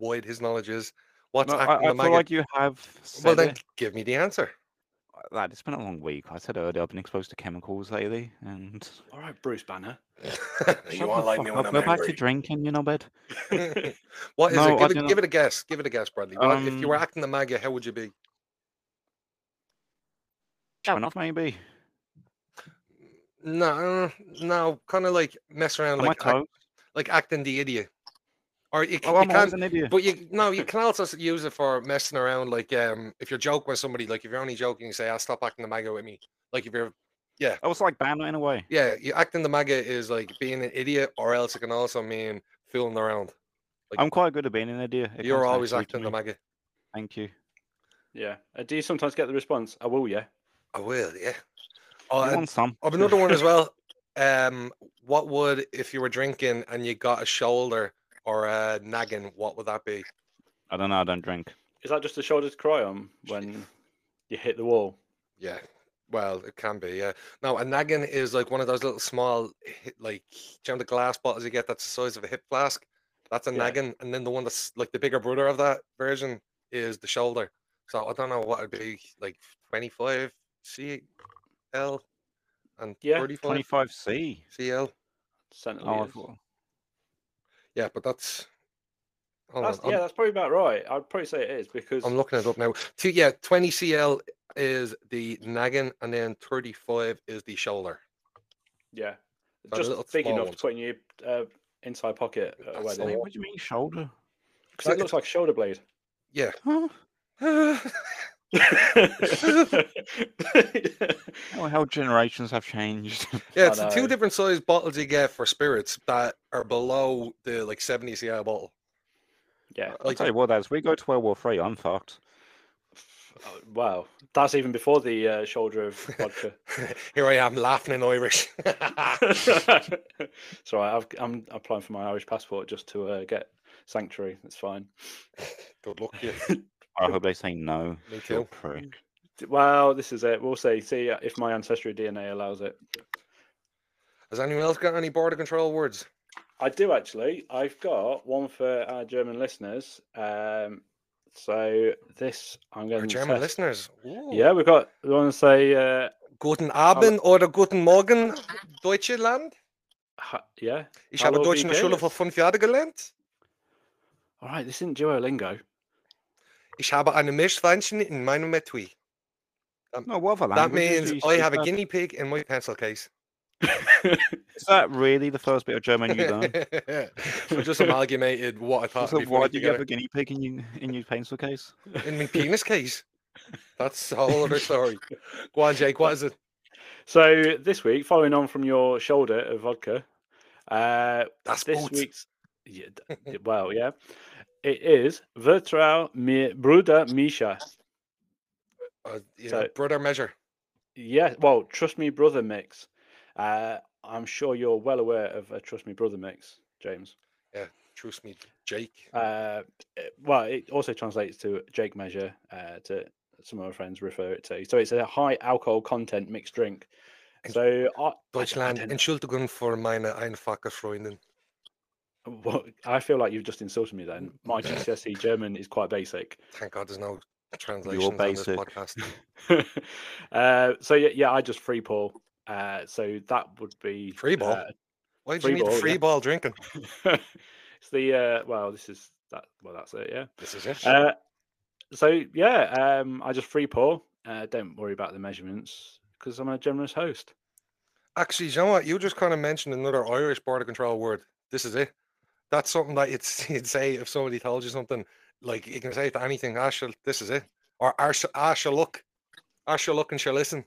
Speaker 2: wide his knowledge is. What's
Speaker 3: No, I, I
Speaker 2: acting the
Speaker 3: feel
Speaker 2: maggot?
Speaker 3: like you have.
Speaker 2: well,
Speaker 3: said
Speaker 2: then
Speaker 3: it.
Speaker 2: give me the answer. [LAUGHS]
Speaker 3: Lad, it's been a long week. I said earlier I've been exposed to chemicals lately, and
Speaker 1: All right, Bruce Banner.
Speaker 3: Shut
Speaker 4: You won't
Speaker 3: the
Speaker 4: like me
Speaker 3: fuck up,
Speaker 4: when I'm
Speaker 3: Go back to
Speaker 4: angry.
Speaker 3: drinking, you know, bed.
Speaker 2: [LAUGHS] what is
Speaker 3: No, I
Speaker 2: it? Give,
Speaker 3: do
Speaker 2: it? give it a guess. Give it a guess, Bradley. What, if you were
Speaker 3: Um,
Speaker 2: acting the maggot, how would you be?
Speaker 3: Showing off, maybe.
Speaker 2: No, no, kind of like mess around,
Speaker 3: Am I
Speaker 2: like act-
Speaker 3: close?
Speaker 2: like acting the idiot. Or you, c-
Speaker 3: Oh,
Speaker 2: you
Speaker 3: I'm always
Speaker 2: can,
Speaker 3: an idiot.
Speaker 2: but you no, you can also s- use it for messing around. Like um, if you're joking with somebody, like if you're only joking, you say, "I'll stop acting the maggot with me." Like if you're,
Speaker 3: I was like Banner in a way.
Speaker 2: yeah, you acting the maggot is like being an idiot, or else it can also mean fooling around. Like,
Speaker 3: I'm quite good at being an idiot. it
Speaker 2: You're
Speaker 3: comes
Speaker 2: always
Speaker 3: naturally to
Speaker 2: acting the
Speaker 3: me.
Speaker 2: maggot.
Speaker 3: Thank you.
Speaker 1: Yeah. Uh, do you sometimes get the response? I will, yeah.
Speaker 2: I will, yeah. Oh,
Speaker 3: You
Speaker 2: and
Speaker 3: want some?
Speaker 2: I've another one as well. Um, what would if you were drinking and you got a shoulder or a nagging? What would that be?
Speaker 3: I don't know. I don't drink.
Speaker 1: Is that just a shoulder to cry on when you hit the wall?
Speaker 2: Yeah. Well, it can be, yeah. No, a nagging is like one of those little small, hi- like, do you know the glass bottles you get that's the size of a hip flask? That's a
Speaker 1: Yeah.
Speaker 2: nagging. And then the one that's like the bigger brother of that version is the shoulder. So I don't know what it'd be, like 25 CL and
Speaker 1: Yeah,
Speaker 2: 35
Speaker 3: 25 C.
Speaker 2: CL.
Speaker 1: Centrally
Speaker 3: Oh, I
Speaker 1: is.
Speaker 3: thought-
Speaker 2: Yeah, but that's. Hold
Speaker 1: That's,
Speaker 3: oh,
Speaker 2: on,
Speaker 1: yeah,
Speaker 2: I'm,
Speaker 1: that's probably about right. I'd probably say it is because
Speaker 2: I'm looking it up now. Two, yeah, 20 CL is the nagging, and then 35 is the shoulder. [SIGHS]
Speaker 1: yeah,
Speaker 2: the
Speaker 1: just
Speaker 2: little
Speaker 1: big
Speaker 2: small
Speaker 1: enough to
Speaker 2: ones.
Speaker 1: put in your uh, inside pocket at a
Speaker 2: That's
Speaker 3: Wait,
Speaker 1: wedding.
Speaker 2: all.
Speaker 3: what do you mean shoulder?
Speaker 1: Because it looks like a shoulder blade. [LAUGHS]
Speaker 2: Yeah.
Speaker 3: Huh? Oh, how generations have changed. [LAUGHS]
Speaker 2: Yeah,
Speaker 1: I
Speaker 2: it's the two
Speaker 1: know.
Speaker 2: different size bottles you get for spirits that are below the like 70 CL bottle. Uh,
Speaker 1: yeah.
Speaker 3: I'll
Speaker 2: Like,
Speaker 3: tell you what, as we go to World War Three, I'm fucked.
Speaker 1: Oh, wow. That's even before the uh, shoulder
Speaker 2: [LAUGHS]
Speaker 1: of vodka.
Speaker 2: [LAUGHS] here I am laughing in Irish. [LAUGHS]
Speaker 1: it's all right. I've, I'm applying for my Irish passport just to uh, get sanctuary. That's fine.
Speaker 2: Good luck
Speaker 1: [LAUGHS]
Speaker 2: to you.
Speaker 3: I hope they say no.
Speaker 2: Me
Speaker 3: you
Speaker 2: too.
Speaker 3: prick.
Speaker 1: D- Well, this is it. We'll see. See uh, if my ancestry DNA allows it.
Speaker 2: Has anyone else got any border control words?
Speaker 1: I do actually. I've got one for our German listeners. Um, so this I'm going to
Speaker 2: Our German
Speaker 1: test-
Speaker 2: listeners. Ooh.
Speaker 1: Yeah, we've got. We want to say, uh,
Speaker 2: Guten Abend oder Guten Morgen, Deutschland.
Speaker 1: ha- yeah.
Speaker 2: Ich habe
Speaker 1: Hallo,
Speaker 2: Deutsch in
Speaker 1: wie
Speaker 2: der Schule
Speaker 1: geht's?
Speaker 2: vor fünf Jahren gelernt.
Speaker 1: All right, this isn't Duolingo.
Speaker 2: Ich habe eine Milchschweinchen in meinem Etui.
Speaker 3: No, what other
Speaker 2: That means
Speaker 3: languages do you
Speaker 2: I
Speaker 3: speak,
Speaker 2: have a
Speaker 3: lad?
Speaker 2: guinea pig in my
Speaker 1: [LAUGHS]
Speaker 2: pencil case.
Speaker 3: Is that really the first bit of German you
Speaker 2: [LAUGHS]
Speaker 3: learned?
Speaker 2: I just
Speaker 1: [LAUGHS]
Speaker 2: amalgamated what I thought.
Speaker 3: So
Speaker 2: would be funny
Speaker 3: why do you
Speaker 2: together.
Speaker 3: have a guinea pig in your in your pencil case?
Speaker 2: in my
Speaker 1: [LAUGHS]
Speaker 2: penis case. That's a whole other story. Go on, Jake. What is it?
Speaker 1: So this week, following on from your shoulder of vodka, uh,
Speaker 2: That's
Speaker 1: this
Speaker 2: boot.
Speaker 1: week's yeah, d- d- well, yeah, it is Vertrau mir Bruder Misha.
Speaker 2: Uh, you
Speaker 1: So-
Speaker 2: know, brother measure.
Speaker 1: Yeah, well, trust me, brother mix. Uh, I'm sure you're well aware of a trust me, brother mix, James.
Speaker 2: Trust me, Jake.
Speaker 1: Uh, it- well, it also translates to Jake measure. Uh, to some of my friends refer it to. So it's a high alcohol content mixed drink.
Speaker 2: And
Speaker 1: So I, I- [LAUGHS]
Speaker 2: Deutschland,
Speaker 1: I, don't-
Speaker 2: Entschuldigung für meine einfache Freundin.
Speaker 1: what, I feel like you've just insulted me. Then my
Speaker 2: [LAUGHS]
Speaker 1: GCSE E German is quite basic. [LAUGHS]
Speaker 2: Thank God there's no translations on this
Speaker 3: basic.
Speaker 2: podcast.
Speaker 1: uh, so yeah, yeah, I just free ball. Uh, so that would be
Speaker 2: Free ball?
Speaker 1: uh,
Speaker 2: Why do
Speaker 1: Free
Speaker 2: you need
Speaker 1: ball,
Speaker 2: free
Speaker 1: yeah.
Speaker 2: ball drinking?
Speaker 1: uh, [LAUGHS] it's the uh, well, this is that. Well, that's it. Yeah.
Speaker 2: This is it.
Speaker 1: Uh, so yeah, um, I just free pour. Uh, don't worry about the measurements because I'm a generous host. [LAUGHS]
Speaker 2: Actually, you know what? You just kind of mentioned another Irish border control word. This is it. That's something that it's, you'd [LAUGHS] say if somebody told you something. Like you can say it to anything. I shall. This is it. Or I shall, I shall look. I shall look and shall listen.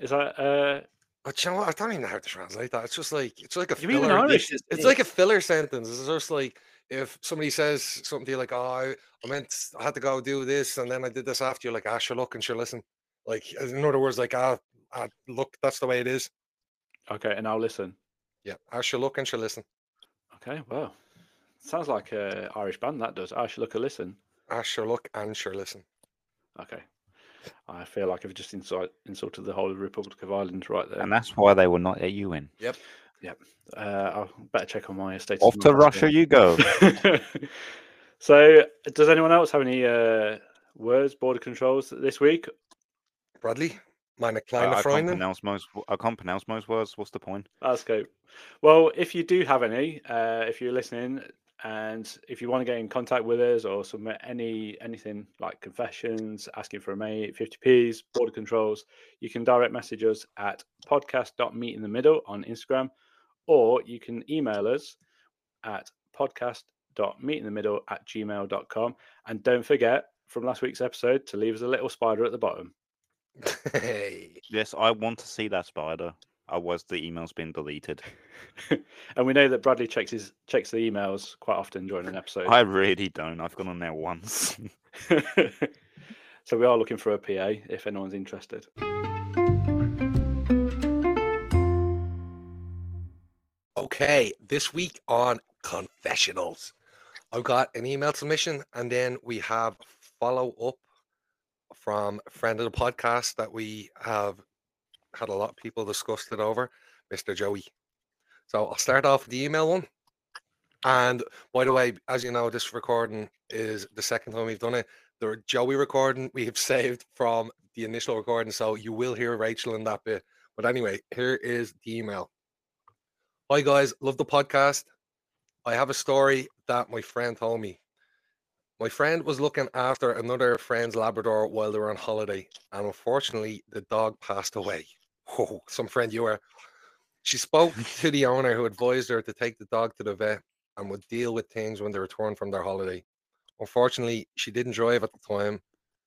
Speaker 1: is that uh,
Speaker 2: Oh, do you know what? I don't even know how to translate that. It's just like it's like a
Speaker 1: You mean in
Speaker 2: filler. like-
Speaker 1: Irish, it's-
Speaker 2: It's, like a filler sentence. It's just like if somebody says something to you like, "Oh, I, I meant I had to go do this, and then I did this after." You're like, "Ah, sure, look and sure listen." Like as- in other words, like, "Ah, ah look, that's the way it is."
Speaker 1: okay? And I'll listen.
Speaker 2: Yeah, I shall look and shall listen.
Speaker 1: Okay, well, sounds like a Irish band that does. I should look a listen.
Speaker 2: Ah, sure look and sure listen.
Speaker 1: Okay. I feel like I've just insult, insulted the whole of the Republic of Ireland right there.
Speaker 3: And that's why they will not let you in.
Speaker 1: Uh, I'll better check on my status.
Speaker 3: Off to Russia
Speaker 2: [LAUGHS]
Speaker 3: you go.
Speaker 1: [LAUGHS] so, does anyone else have any uh, words, border controls this week?
Speaker 2: Bradley, meine kleine
Speaker 3: I, I can't
Speaker 2: Freundin.
Speaker 3: pronounce most. I can't pronounce most words. What's the point?
Speaker 1: That's cool. Well, if you do have any, uh, if you're listening, and if you want to get in contact with us or submit any anything like confessions, asking for a mate, 50p's, border controls, you can direct message us at podcast.meet in the middle on Instagram, or you can email us at podcast.meetinthemiddle at gmail.com. And don't forget from last week's episode to leave us a little spider at the bottom.
Speaker 2: [LAUGHS]
Speaker 1: [LAUGHS]
Speaker 2: Hey.
Speaker 3: Yes, I want to see that spider. I was the email's been deleted.
Speaker 1: and we know that Bradley checks his checks the emails quite often during an episode.
Speaker 3: I really don't. I've gone on there once.
Speaker 1: [LAUGHS] so we are looking for a PA if anyone's interested.
Speaker 2: Okay, this week on confessionals, I've got an email submission, and then we have follow up from a friend of the podcast that we have had a lot of people discussed it over, Mr. Joey. So I'll start off with the email one. And by the way, as you know, this recording is the second time we've done it. The Joey recording we have [LAUGHS] saved from the initial recording, so you will hear Rachel in that bit. But anyway, here is the email. Hi guys, love the podcast. I have a story that my friend told me. My friend was looking after another friend's Labrador while they were on holiday, and unfortunately, the dog passed away. Oh, some friend you were. She spoke to the owner who advised her to take the dog to the vet and would deal with things when they returned from their holiday. Unfortunately, she didn't drive at the time,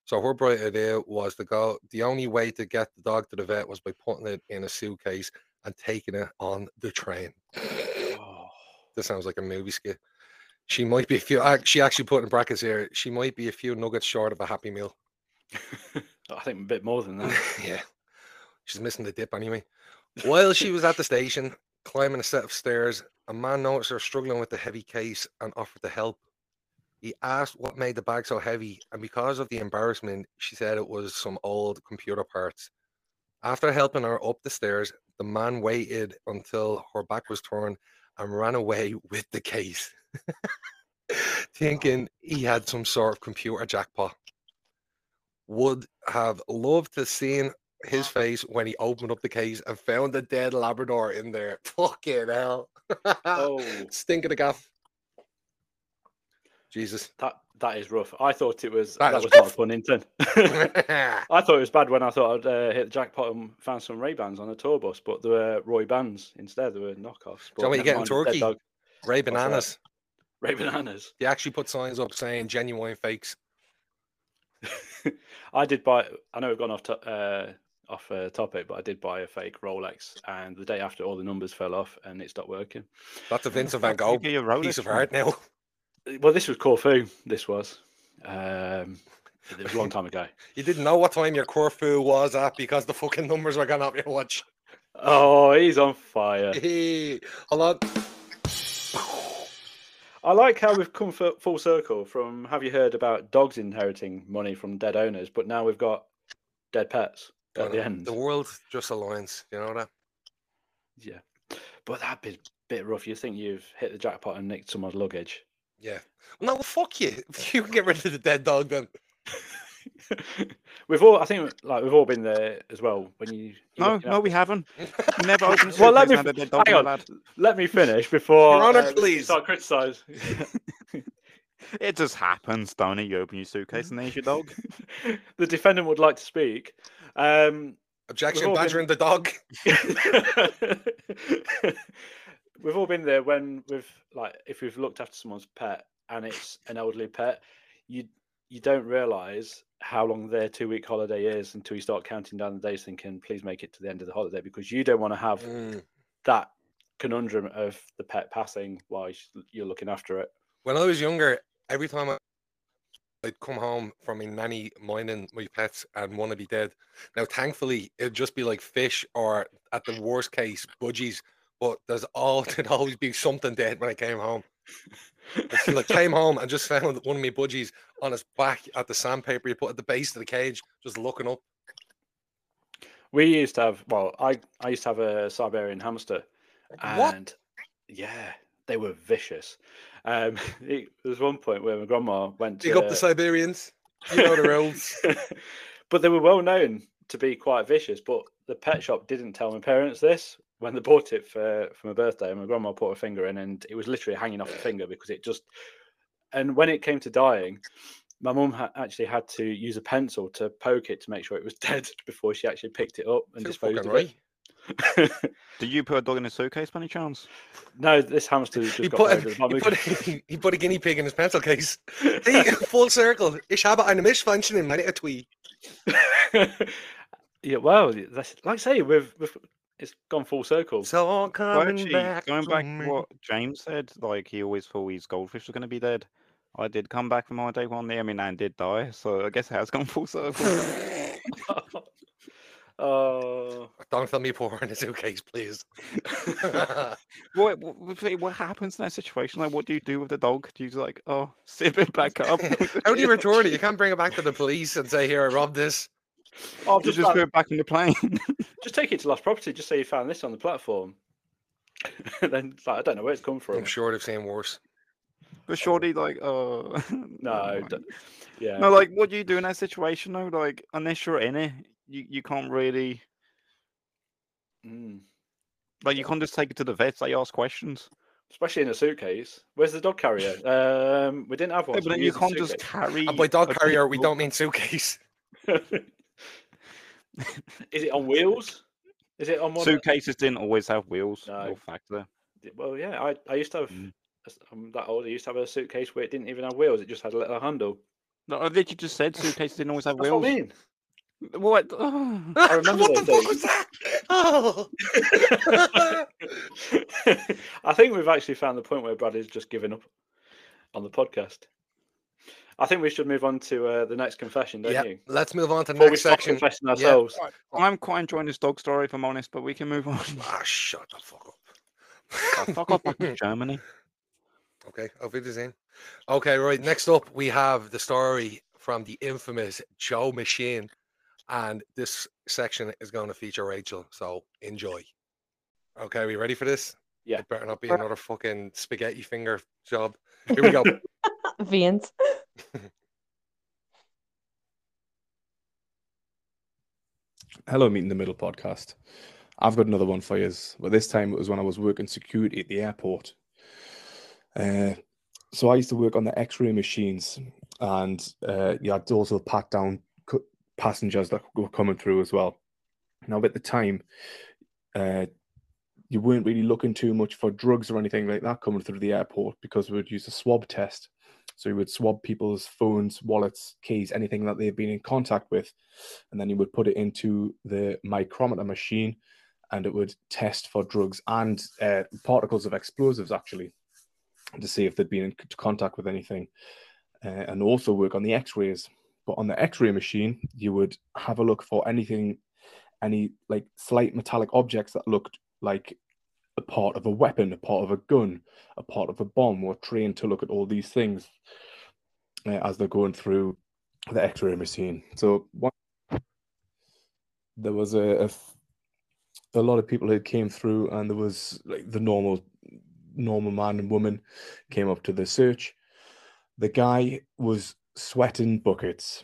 Speaker 2: so her bright idea was to go. The only way to get the dog to the vet was by putting it in a suitcase and taking it on the train.
Speaker 1: Oh,
Speaker 2: This sounds like a movie skit. She might be a few. ac- She actually put in brackets here. She might be a few nuggets short of a happy meal. [LAUGHS]
Speaker 1: I think a bit more than that.
Speaker 2: yeah, she's missing the dip anyway. While she was at the station climbing a set of stairs, a man noticed her struggling with the heavy case and offered to help. He asked what made the bag so heavy, and because of the embarrassment, she said it was some old computer parts. After helping her up the stairs, the man waited until her back was turned and ran away [LAUGHS] with the case, thinking he had some sort of computer jackpot. Would have loved to seen his face when he opened up the case and found the dead Labrador in there. [LAUGHS] Fucking hell. Ah.
Speaker 1: Oh,
Speaker 2: [LAUGHS] Stink of the gaff. Jesus. [LAUGHS]
Speaker 1: that that is rough. I thought it was
Speaker 2: That
Speaker 1: that,
Speaker 2: is
Speaker 1: was not a pun intended.
Speaker 2: yeah,
Speaker 1: [LAUGHS] I thought it was bad when I thought I'd uh, hit the jackpot and found some Ray Bans on a tour bus, but there were Roy Bans instead. There were knockoffs. but
Speaker 2: you want me
Speaker 1: never
Speaker 2: to get in
Speaker 1: mind, dead
Speaker 2: Turkey?
Speaker 1: dog.
Speaker 2: Ray
Speaker 1: that?
Speaker 2: Bananas.
Speaker 1: Ray Bananas.
Speaker 2: They actually put signs up saying genuine fakes.
Speaker 1: I did buy. I know we've gone off to, uh, off uh, topic, but I did buy a fake Rolex, and the day after, all the numbers fell off, and it stopped working.
Speaker 2: That's a Vincent
Speaker 3: [LAUGHS] Where
Speaker 2: [LAUGHS] van
Speaker 3: did you
Speaker 2: Gogh
Speaker 3: get your
Speaker 2: piece
Speaker 3: Rolex
Speaker 2: of
Speaker 3: from?
Speaker 2: art now.
Speaker 1: Well, this was Corfu. This was. Um, it was a long time
Speaker 2: [LAUGHS]
Speaker 1: ago.
Speaker 2: You didn't know what time your Corfu was at because the fucking numbers were going off your
Speaker 1: [LAUGHS]
Speaker 2: watch.
Speaker 1: Oh, he's on fire.
Speaker 2: Hey, Hold on.
Speaker 1: I like how we've come fu- full circle from have you heard about dogs inheriting money from dead owners, but now we've got dead pets at the end.
Speaker 2: Uh, The world just aligns. You know that?
Speaker 1: Yeah. But that bit bit rough. You think you've hit the jackpot and nicked someone's luggage. [LAUGHS]
Speaker 2: Yeah. No, fuck you. [LAUGHS] You can get rid of the dead
Speaker 1: [LAUGHS]
Speaker 2: dog then.
Speaker 1: we've all I think like we've all been there as well when you you're
Speaker 3: No,
Speaker 1: looking
Speaker 3: no,
Speaker 1: up-
Speaker 3: we haven't. Never opened
Speaker 1: [LAUGHS]
Speaker 3: a
Speaker 1: Well, let
Speaker 3: suitcase
Speaker 1: me
Speaker 3: and had a
Speaker 1: hang
Speaker 3: dead dog in the
Speaker 1: on.
Speaker 3: lad.
Speaker 1: let me finish before
Speaker 2: Your Honor,
Speaker 1: uh,
Speaker 2: please.
Speaker 1: start [LAUGHS] criticize.
Speaker 3: It just happens, don't it? You open your suitcase and there's your dog.
Speaker 1: [LAUGHS] the defendant would like to speak. Um
Speaker 2: Objection,
Speaker 1: all been-
Speaker 2: badgering the dog.
Speaker 1: we've all been there when we've like if we've looked after someone's pet and it's an elderly pet, you you don't realise how long their two week holiday is until you start counting down the days, thinking, please make it to the end of the holiday because you don't want to have
Speaker 2: Mm.
Speaker 1: that conundrum of the pet passing while you- you're looking after it.
Speaker 2: When I was younger, every time I, I'd come home from a nanny minding my pets and one would be dead. Now, thankfully, it'd just be like fish or, at the [LAUGHS] worst case, budgies. But there's all there'd always be something dead when I came home. It's like came home and just found one of my budgies on his back at the sandpaper you put at the base of the cage, just looking up.
Speaker 1: We used to have, well, I, I used to have a Siberian hamster. And
Speaker 2: What?
Speaker 1: yeah, they were vicious. Um, [LAUGHS] it, there was one point where my grandma went to.
Speaker 2: Dig up the Siberians. You know the rules.
Speaker 1: [LAUGHS] but they were well known to be quite vicious. But the pet shop didn't tell my parents this when they bought it for, for my birthday. And my grandma put her finger in, and it was literally hanging off the finger because it just. And when it came to dying, my mum ha- actually had to use a pencil to poke it to make sure it was [LAUGHS] dead before she actually picked it up [LAUGHS] and
Speaker 2: Too
Speaker 1: disposed of
Speaker 2: fucking right.
Speaker 1: it.
Speaker 3: Did you put a dog in a suitcase by any chance?
Speaker 1: no, this hamster just
Speaker 2: [LAUGHS] He
Speaker 1: got
Speaker 2: put,
Speaker 1: loaded with
Speaker 2: a, he,
Speaker 1: mummies.
Speaker 2: put a, [LAUGHS] he put a guinea pig in his pencil case. Hey, full circle. Ich habe eine Mischfunction in meiner Etui.
Speaker 1: [LAUGHS] yeah, well, that's, like I say, we've, we've it's gone full circle. [LAUGHS]
Speaker 2: So all
Speaker 3: Well,
Speaker 2: coming
Speaker 3: actually,
Speaker 2: back.
Speaker 3: going
Speaker 2: to
Speaker 3: back
Speaker 2: me.
Speaker 3: to what James said, like he always thought his goldfish were going to be dead. I did come back from my day one day. I mean, and did die, so I guess it has gone [LAUGHS]
Speaker 2: [LAUGHS]
Speaker 3: full circle.
Speaker 1: oh,
Speaker 2: Don't tell me poor in a
Speaker 1: [LAUGHS]
Speaker 2: suitcase, please.
Speaker 3: what, what what happens in that situation? Like, what do you do with the dog? Do you just like, oh, [LAUGHS] sip it back up?
Speaker 2: How do you return it? You can't bring it back to the police and say, "Here, I robbed this."
Speaker 1: [LAUGHS] I'll
Speaker 3: You
Speaker 1: just,
Speaker 3: just
Speaker 1: like-
Speaker 3: put it back in the plane.
Speaker 1: just take it to lost property. Just say you found this on the platform. [LAUGHS] then it's like, I don't know where it's come
Speaker 3: Oh,
Speaker 1: from.
Speaker 2: I'm sure they've seen worse.
Speaker 3: but surely, like, oh, [LAUGHS]
Speaker 1: No, d- yeah,
Speaker 3: No, like, what do you do in that situation though? Like, unless you're in it, you, you can't really
Speaker 1: mm.
Speaker 3: like you can't just take it to the vets. They ask questions.
Speaker 1: especially in a suitcase. Where's the dog
Speaker 3: [LAUGHS]
Speaker 1: carrier? Um, we didn't have one.
Speaker 3: Yeah,
Speaker 1: so
Speaker 3: but then
Speaker 1: we
Speaker 3: you
Speaker 1: used the
Speaker 3: can't just carry.
Speaker 2: And by dog
Speaker 3: a big
Speaker 2: carrier, we
Speaker 3: dog-
Speaker 2: don't mean suitcase.
Speaker 1: suitcase. Is it on wheels? Is it on
Speaker 3: [LAUGHS]
Speaker 1: one? of-
Speaker 3: Suitcases didn't always have wheels.
Speaker 1: No.
Speaker 3: little factor.
Speaker 1: Well, yeah, I, I used to have.
Speaker 3: Mm.
Speaker 1: as- I'm that old. I used to have a suitcase where it didn't even have wheels. It just had a little handle.
Speaker 3: No, I literally just said suitcases didn't always have
Speaker 1: That's
Speaker 3: wheels.
Speaker 1: what I mean. [LAUGHS]
Speaker 3: What? [SIGHS] Oh.
Speaker 1: [LAUGHS] I remember
Speaker 2: what the
Speaker 1: those
Speaker 2: fuck Oh. was that? Oh,
Speaker 1: [LAUGHS] I think we've actually found the point where Brad is just giving up on the podcast. I think we should move on to uh, the next confession, don't
Speaker 2: yeah.
Speaker 1: you?
Speaker 2: Let's move on to the
Speaker 1: Before we
Speaker 2: next
Speaker 1: start
Speaker 2: section.
Speaker 1: confessing
Speaker 2: Yeah. [LAUGHS]
Speaker 1: ourselves. [LAUGHS]
Speaker 3: I'm quite enjoying this dog story, if I'm honest. But we can move on.
Speaker 2: Ah, shut the fuck
Speaker 3: Oh,
Speaker 2: up.
Speaker 3: Fuck
Speaker 2: [LAUGHS]
Speaker 3: off back to
Speaker 1: [LAUGHS]
Speaker 3: Germany.
Speaker 2: Okay, oh, auf Wiedersehen. Okay, right. Next up, we have the story from the infamous Joe Machine. And this section is going to feature Rachel. So enjoy. Okay, are we ready for this?
Speaker 1: Yeah.
Speaker 2: It better not be
Speaker 3: Uh,
Speaker 2: another fucking spaghetti finger
Speaker 5: [LAUGHS]
Speaker 2: job. Here we go.
Speaker 4: Vince.
Speaker 5: Hello, Meet in the Middle podcast. I've got another one for you, but this time it was when I was working security at the airport. Uh, so I used to work on the X-ray machines, and uh, you had to also pat down cu- passengers that were coming through as well. Now, at the time, uh, you weren't really looking too much for drugs or anything like that coming through the airport because we would use a swab test. So you would swab people's phones, wallets, keys, anything that they've been in contact with, and then you would put it into the micrometer machine, and it would test for drugs and uh, particles of explosives actually, to see if they'd been in c- contact with anything, uh, and also work on the X-rays. But on the X-ray machine, you would have a look for anything, any like slight metallic objects that looked like a part of a weapon, a part of a gun, a part of a bomb. We're trained to look at all these things uh, as they're going through the X-ray machine. So one, there was a, a f- a lot of people who came through, and there was like the normal normal man and woman came up to the search. The guy was sweating buckets,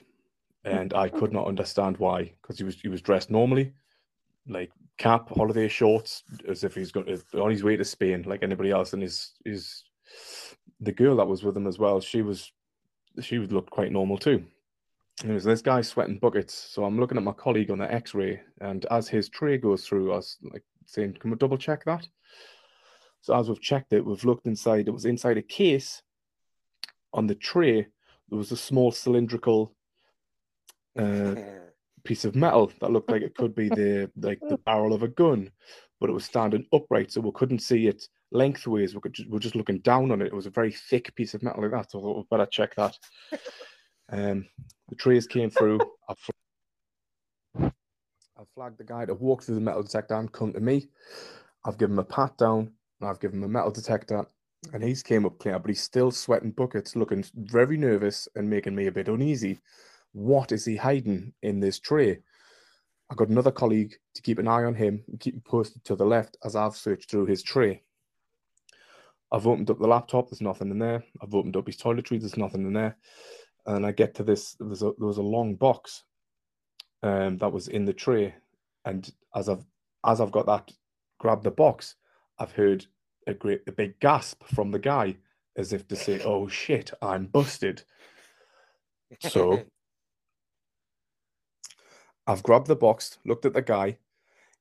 Speaker 5: and I could not understand why because he was he was dressed normally, like cap, holiday shorts, as if he's going on his way to Spain, like anybody else. And his his the girl that was with him as well, she was she would look quite normal too. Anyways, this guy's sweating buckets. So I'm looking at my colleague on the X-ray, and as his tray goes through, I was like saying, "Can we double check that?" So as we've checked it, we've looked inside. It was inside a case. On the tray, there was a small cylindrical uh, piece of metal that looked like it could be the like the barrel of a gun, but it was standing upright, so we couldn't see it lengthways. We could just, we are just looking down on it. It was a very thick piece of metal like that. So I thought we better check [LAUGHS] that. Um, the trays came [LAUGHS] through. I, fl- I flagged the guy to walk through the metal detector and come to me. I've given him a pat down and I've given him a metal detector and he's came up clear, but he's still sweating buckets, looking very nervous and making me a bit uneasy. What is he hiding in this tray? I got another colleague to keep an eye on him and keep him posted to the left as I've searched through his tray. I've opened up the laptop, there's nothing in there. I've opened up his toiletries, there's nothing in there. And I get to this, there's a, there was a long box um, that was in the tray. And as I've as I've got that, grabbed the box, I've heard a great a big gasp from the guy as if to say, Oh shit, I'm busted. So I've grabbed the box, looked at the guy.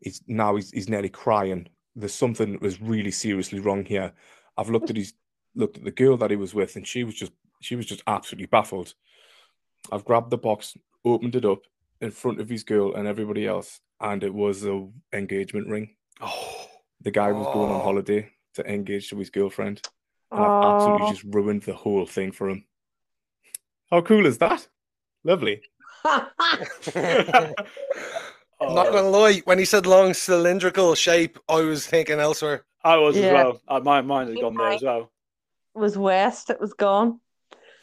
Speaker 5: He's now he's, he's nearly crying. There's something that was really seriously wrong here. I've looked at his looked at the girl that he was with, and she was just she was just absolutely baffled. I've grabbed the box, opened it up in front of his girl and everybody else, and it was a engagement ring.
Speaker 1: Oh,
Speaker 5: The guy was going on
Speaker 2: Oh.
Speaker 5: holiday to engage to his girlfriend, and I've absolutely just ruined the whole thing for him. How cool is that? Lovely.
Speaker 2: I'm
Speaker 1: Oh, [LAUGHS]
Speaker 2: not gonna lie, when he said long cylindrical shape, I was thinking elsewhere.
Speaker 1: I was as
Speaker 4: Yeah.
Speaker 1: well. Uh, my mind has gone there as well.
Speaker 4: was west. It was gone.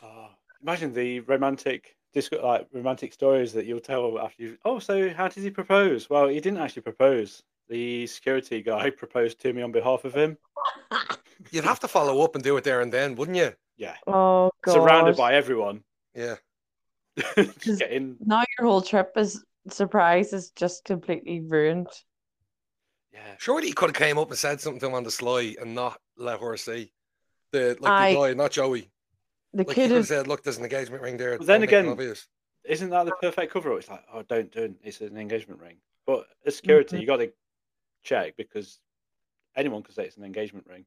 Speaker 1: Oh, imagine the romantic, disc- like romantic stories that you'll tell after you. Oh, so how did he propose? Well, he didn't actually propose. The security guy [LAUGHS] proposed to me on behalf of him.
Speaker 2: You'd have to follow up and do it there and then, wouldn't you?
Speaker 4: Oh god.
Speaker 1: Surrounded by everyone, [LAUGHS]
Speaker 2: Yeah.
Speaker 1: just getting
Speaker 4: now your whole trip is surprise is just completely ruined.
Speaker 1: yeah.
Speaker 2: Surely he could have came up and said something to him on the sly and not let her see. The like
Speaker 4: I-
Speaker 2: the guy, not Joey.
Speaker 4: They
Speaker 2: Like he
Speaker 4: could
Speaker 2: could have
Speaker 4: have
Speaker 2: said, "Look, there's an engagement ring there."
Speaker 1: But then
Speaker 2: don't make it
Speaker 1: again-
Speaker 2: obvious."
Speaker 1: Isn't that the perfect cover? It's like, oh, don't do it. It's an engagement ring. But as security, you got to check because anyone could say it's an engagement ring.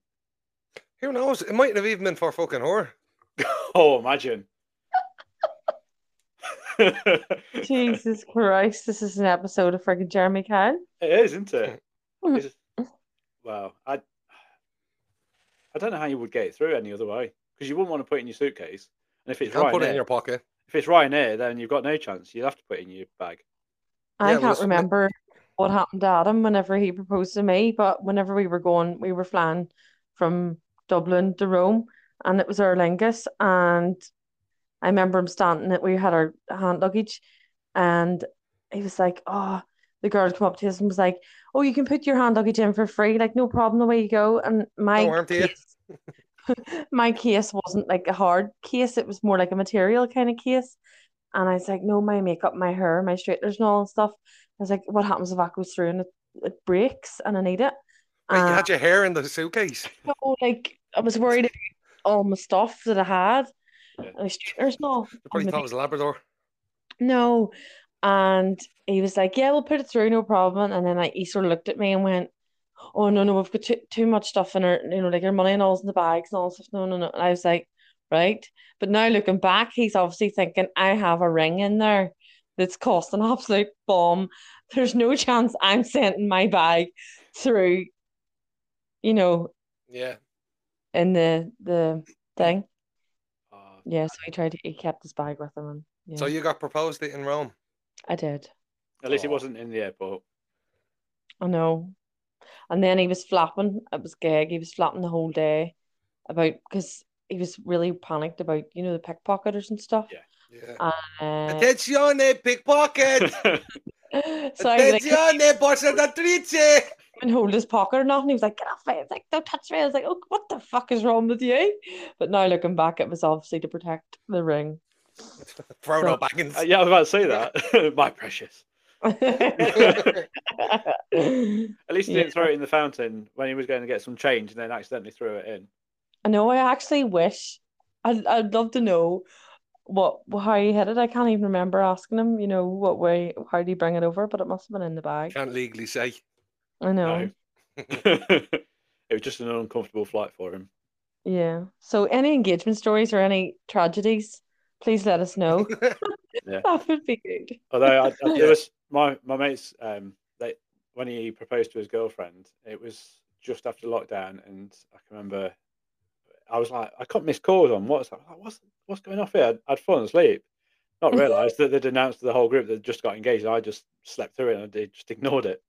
Speaker 1: [LAUGHS]
Speaker 2: who knows? It mightn't have even been for fucking her.
Speaker 1: Oh, imagine. [LAUGHS] it
Speaker 4: Jesus Christ, this is an episode of freaking Jeremy Kyle.
Speaker 1: is, isn't
Speaker 2: [LAUGHS]
Speaker 1: it? It's- wow. I I don't know how you would get it through any other way because you wouldn't want to put it in your suitcase. And if
Speaker 2: You
Speaker 1: it's
Speaker 2: can't put it
Speaker 1: Ryanair,
Speaker 2: in your pocket.
Speaker 1: if it's Ryanair, then you've got no chance. You'd have to put it in your bag.
Speaker 4: I
Speaker 2: Yeah, well,
Speaker 4: can't
Speaker 2: it's-
Speaker 4: remember what happened to Adam whenever he proposed to me, but whenever we were going, we were flying from Dublin to Rome, and it was Aer Lingus, and I remember him standing it. We had our hand luggage, and he was like, "Oh." The girl come up to us and was like, "Oh, you can put your hand luggage in for free, like no problem. Away you go." And my
Speaker 2: No harm to you.
Speaker 4: case, my case [LAUGHS] wasn't like a hard case; it was more like a material kind of case. And I was like, "No, my makeup, my hair, my straighteners, and all and stuff." I was like, "What happens if that goes through and it, it breaks and I need it?"
Speaker 2: Wait, you
Speaker 4: And-
Speaker 2: had your hair in the suitcase.
Speaker 4: so like I was worried about all my stuff that I had.
Speaker 1: Yeah.
Speaker 4: My straighteners and all.
Speaker 2: You probably
Speaker 4: And
Speaker 2: thought it was a Labrador.
Speaker 4: no. And he was like, Yeah, we'll put it through, no problem. And then I, he sort of looked at me and went, Oh, no, no, we've got too, too much stuff in our, you know, like our money and all's in the bags and all this stuff. No, no, no. And I was like, Right. But now looking back, he's obviously thinking, I have a ring in there that's cost an absolute bomb. There's no chance I'm sending my bag through, you know,
Speaker 2: Yeah.
Speaker 4: in the the thing.
Speaker 1: Oh,
Speaker 4: Yeah, so he tried to, he kept his bag with him and yeah,
Speaker 2: So you got proposed it in Rome.
Speaker 4: I did.
Speaker 1: at least it
Speaker 2: Aw.
Speaker 1: wasn't in the airport. [LAUGHS]
Speaker 4: I know. And then he was flapping. It was gag. He was flapping the whole day about because he was really panicked about you know the pickpocketers and stuff.
Speaker 1: Yeah.
Speaker 2: Yeah.
Speaker 4: Uh,
Speaker 2: Attenzione,
Speaker 4: [LAUGHS]
Speaker 2: pickpocket!
Speaker 1: Uh,
Speaker 4: [GASPS]
Speaker 2: eh,
Speaker 4: so I was like, couldn't
Speaker 2: Attenzione,
Speaker 1: [LAUGHS]
Speaker 2: portatrice!
Speaker 4: even hold his pocket or nothing. He was like, "Get off me!" I was like, "Don't touch me!" I was like, "Oh, what the fuck is wrong with you?" But now looking back, it was obviously to protect the ring. [LAUGHS]
Speaker 2: Frodo
Speaker 4: So-
Speaker 2: Baggins.
Speaker 1: Uh, yeah, I was about to say that. [LAUGHS] My precious. At least he
Speaker 4: Yeah.
Speaker 1: didn't throw it in the fountain when he was going to get some change and then accidentally threw it in.
Speaker 4: I know. I actually wish. I'd, I'd love to know what how he hit it. I can't even remember asking him. You know what way? How did he bring it over? But it must have been in the bag.
Speaker 2: Can't legally say.
Speaker 4: I know.
Speaker 2: [LAUGHS]
Speaker 1: No. [LAUGHS] it was just an uncomfortable flight for him.
Speaker 4: Yeah. So any engagement stories or any tragedies, please let us know.
Speaker 1: Yeah.
Speaker 4: [LAUGHS] That would be good. [LAUGHS]
Speaker 1: Although I, I,
Speaker 4: Yeah.
Speaker 1: there was my my mates, um, they when he proposed to his girlfriend, it was just after lockdown, and I can remember I was like, I can't miss calls on WhatsApp. I'm Like, what's what's going off here? I'd, I'd fallen asleep, not realised that they'd announced to the whole group that just got engaged. And I just slept through it and they just ignored it,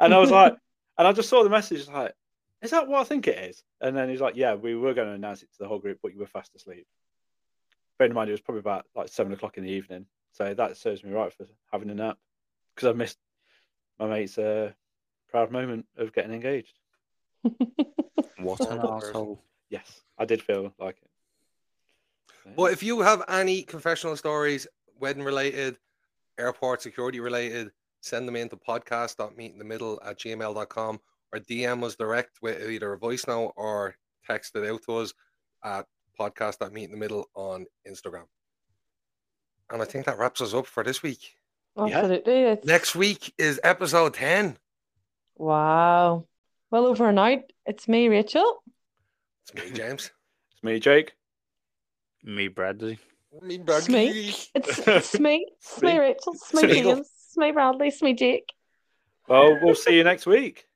Speaker 1: and I was like, and I just saw the message like, Is that what I think it is? And then he's like, Yeah, we were going to announce it to the whole group, but you were fast asleep. Bear in mind, it was probably about like seven o'clock in the evening. So that serves me right for having a nap because I missed my mate's uh, proud moment of getting engaged.
Speaker 3: What
Speaker 2: an
Speaker 3: an asshole!
Speaker 1: Yes, I did feel like it. So,
Speaker 2: Well, if you have any confessional stories, wedding related, airport security related, send them in to podcast.meetinthemiddle at gmail.com or DM us direct with either a voice note or text it out to us at podcast.meetinthemiddle on Instagram. And I think that wraps us up for this week.
Speaker 4: Absolutely. It's,
Speaker 2: Next week is episode 10.
Speaker 4: Wow. Well over and out. It's me, Rachel.
Speaker 2: It's me, James.
Speaker 1: it's me, Jake.
Speaker 3: Me, Bradley.
Speaker 2: me,
Speaker 4: It's me. It's, it's me. It's me,
Speaker 1: Me.
Speaker 4: Rachel. It's me,
Speaker 1: It's me.
Speaker 4: James. It's me, Bradley. It's me, Jake.
Speaker 1: Well, we'll see you next week.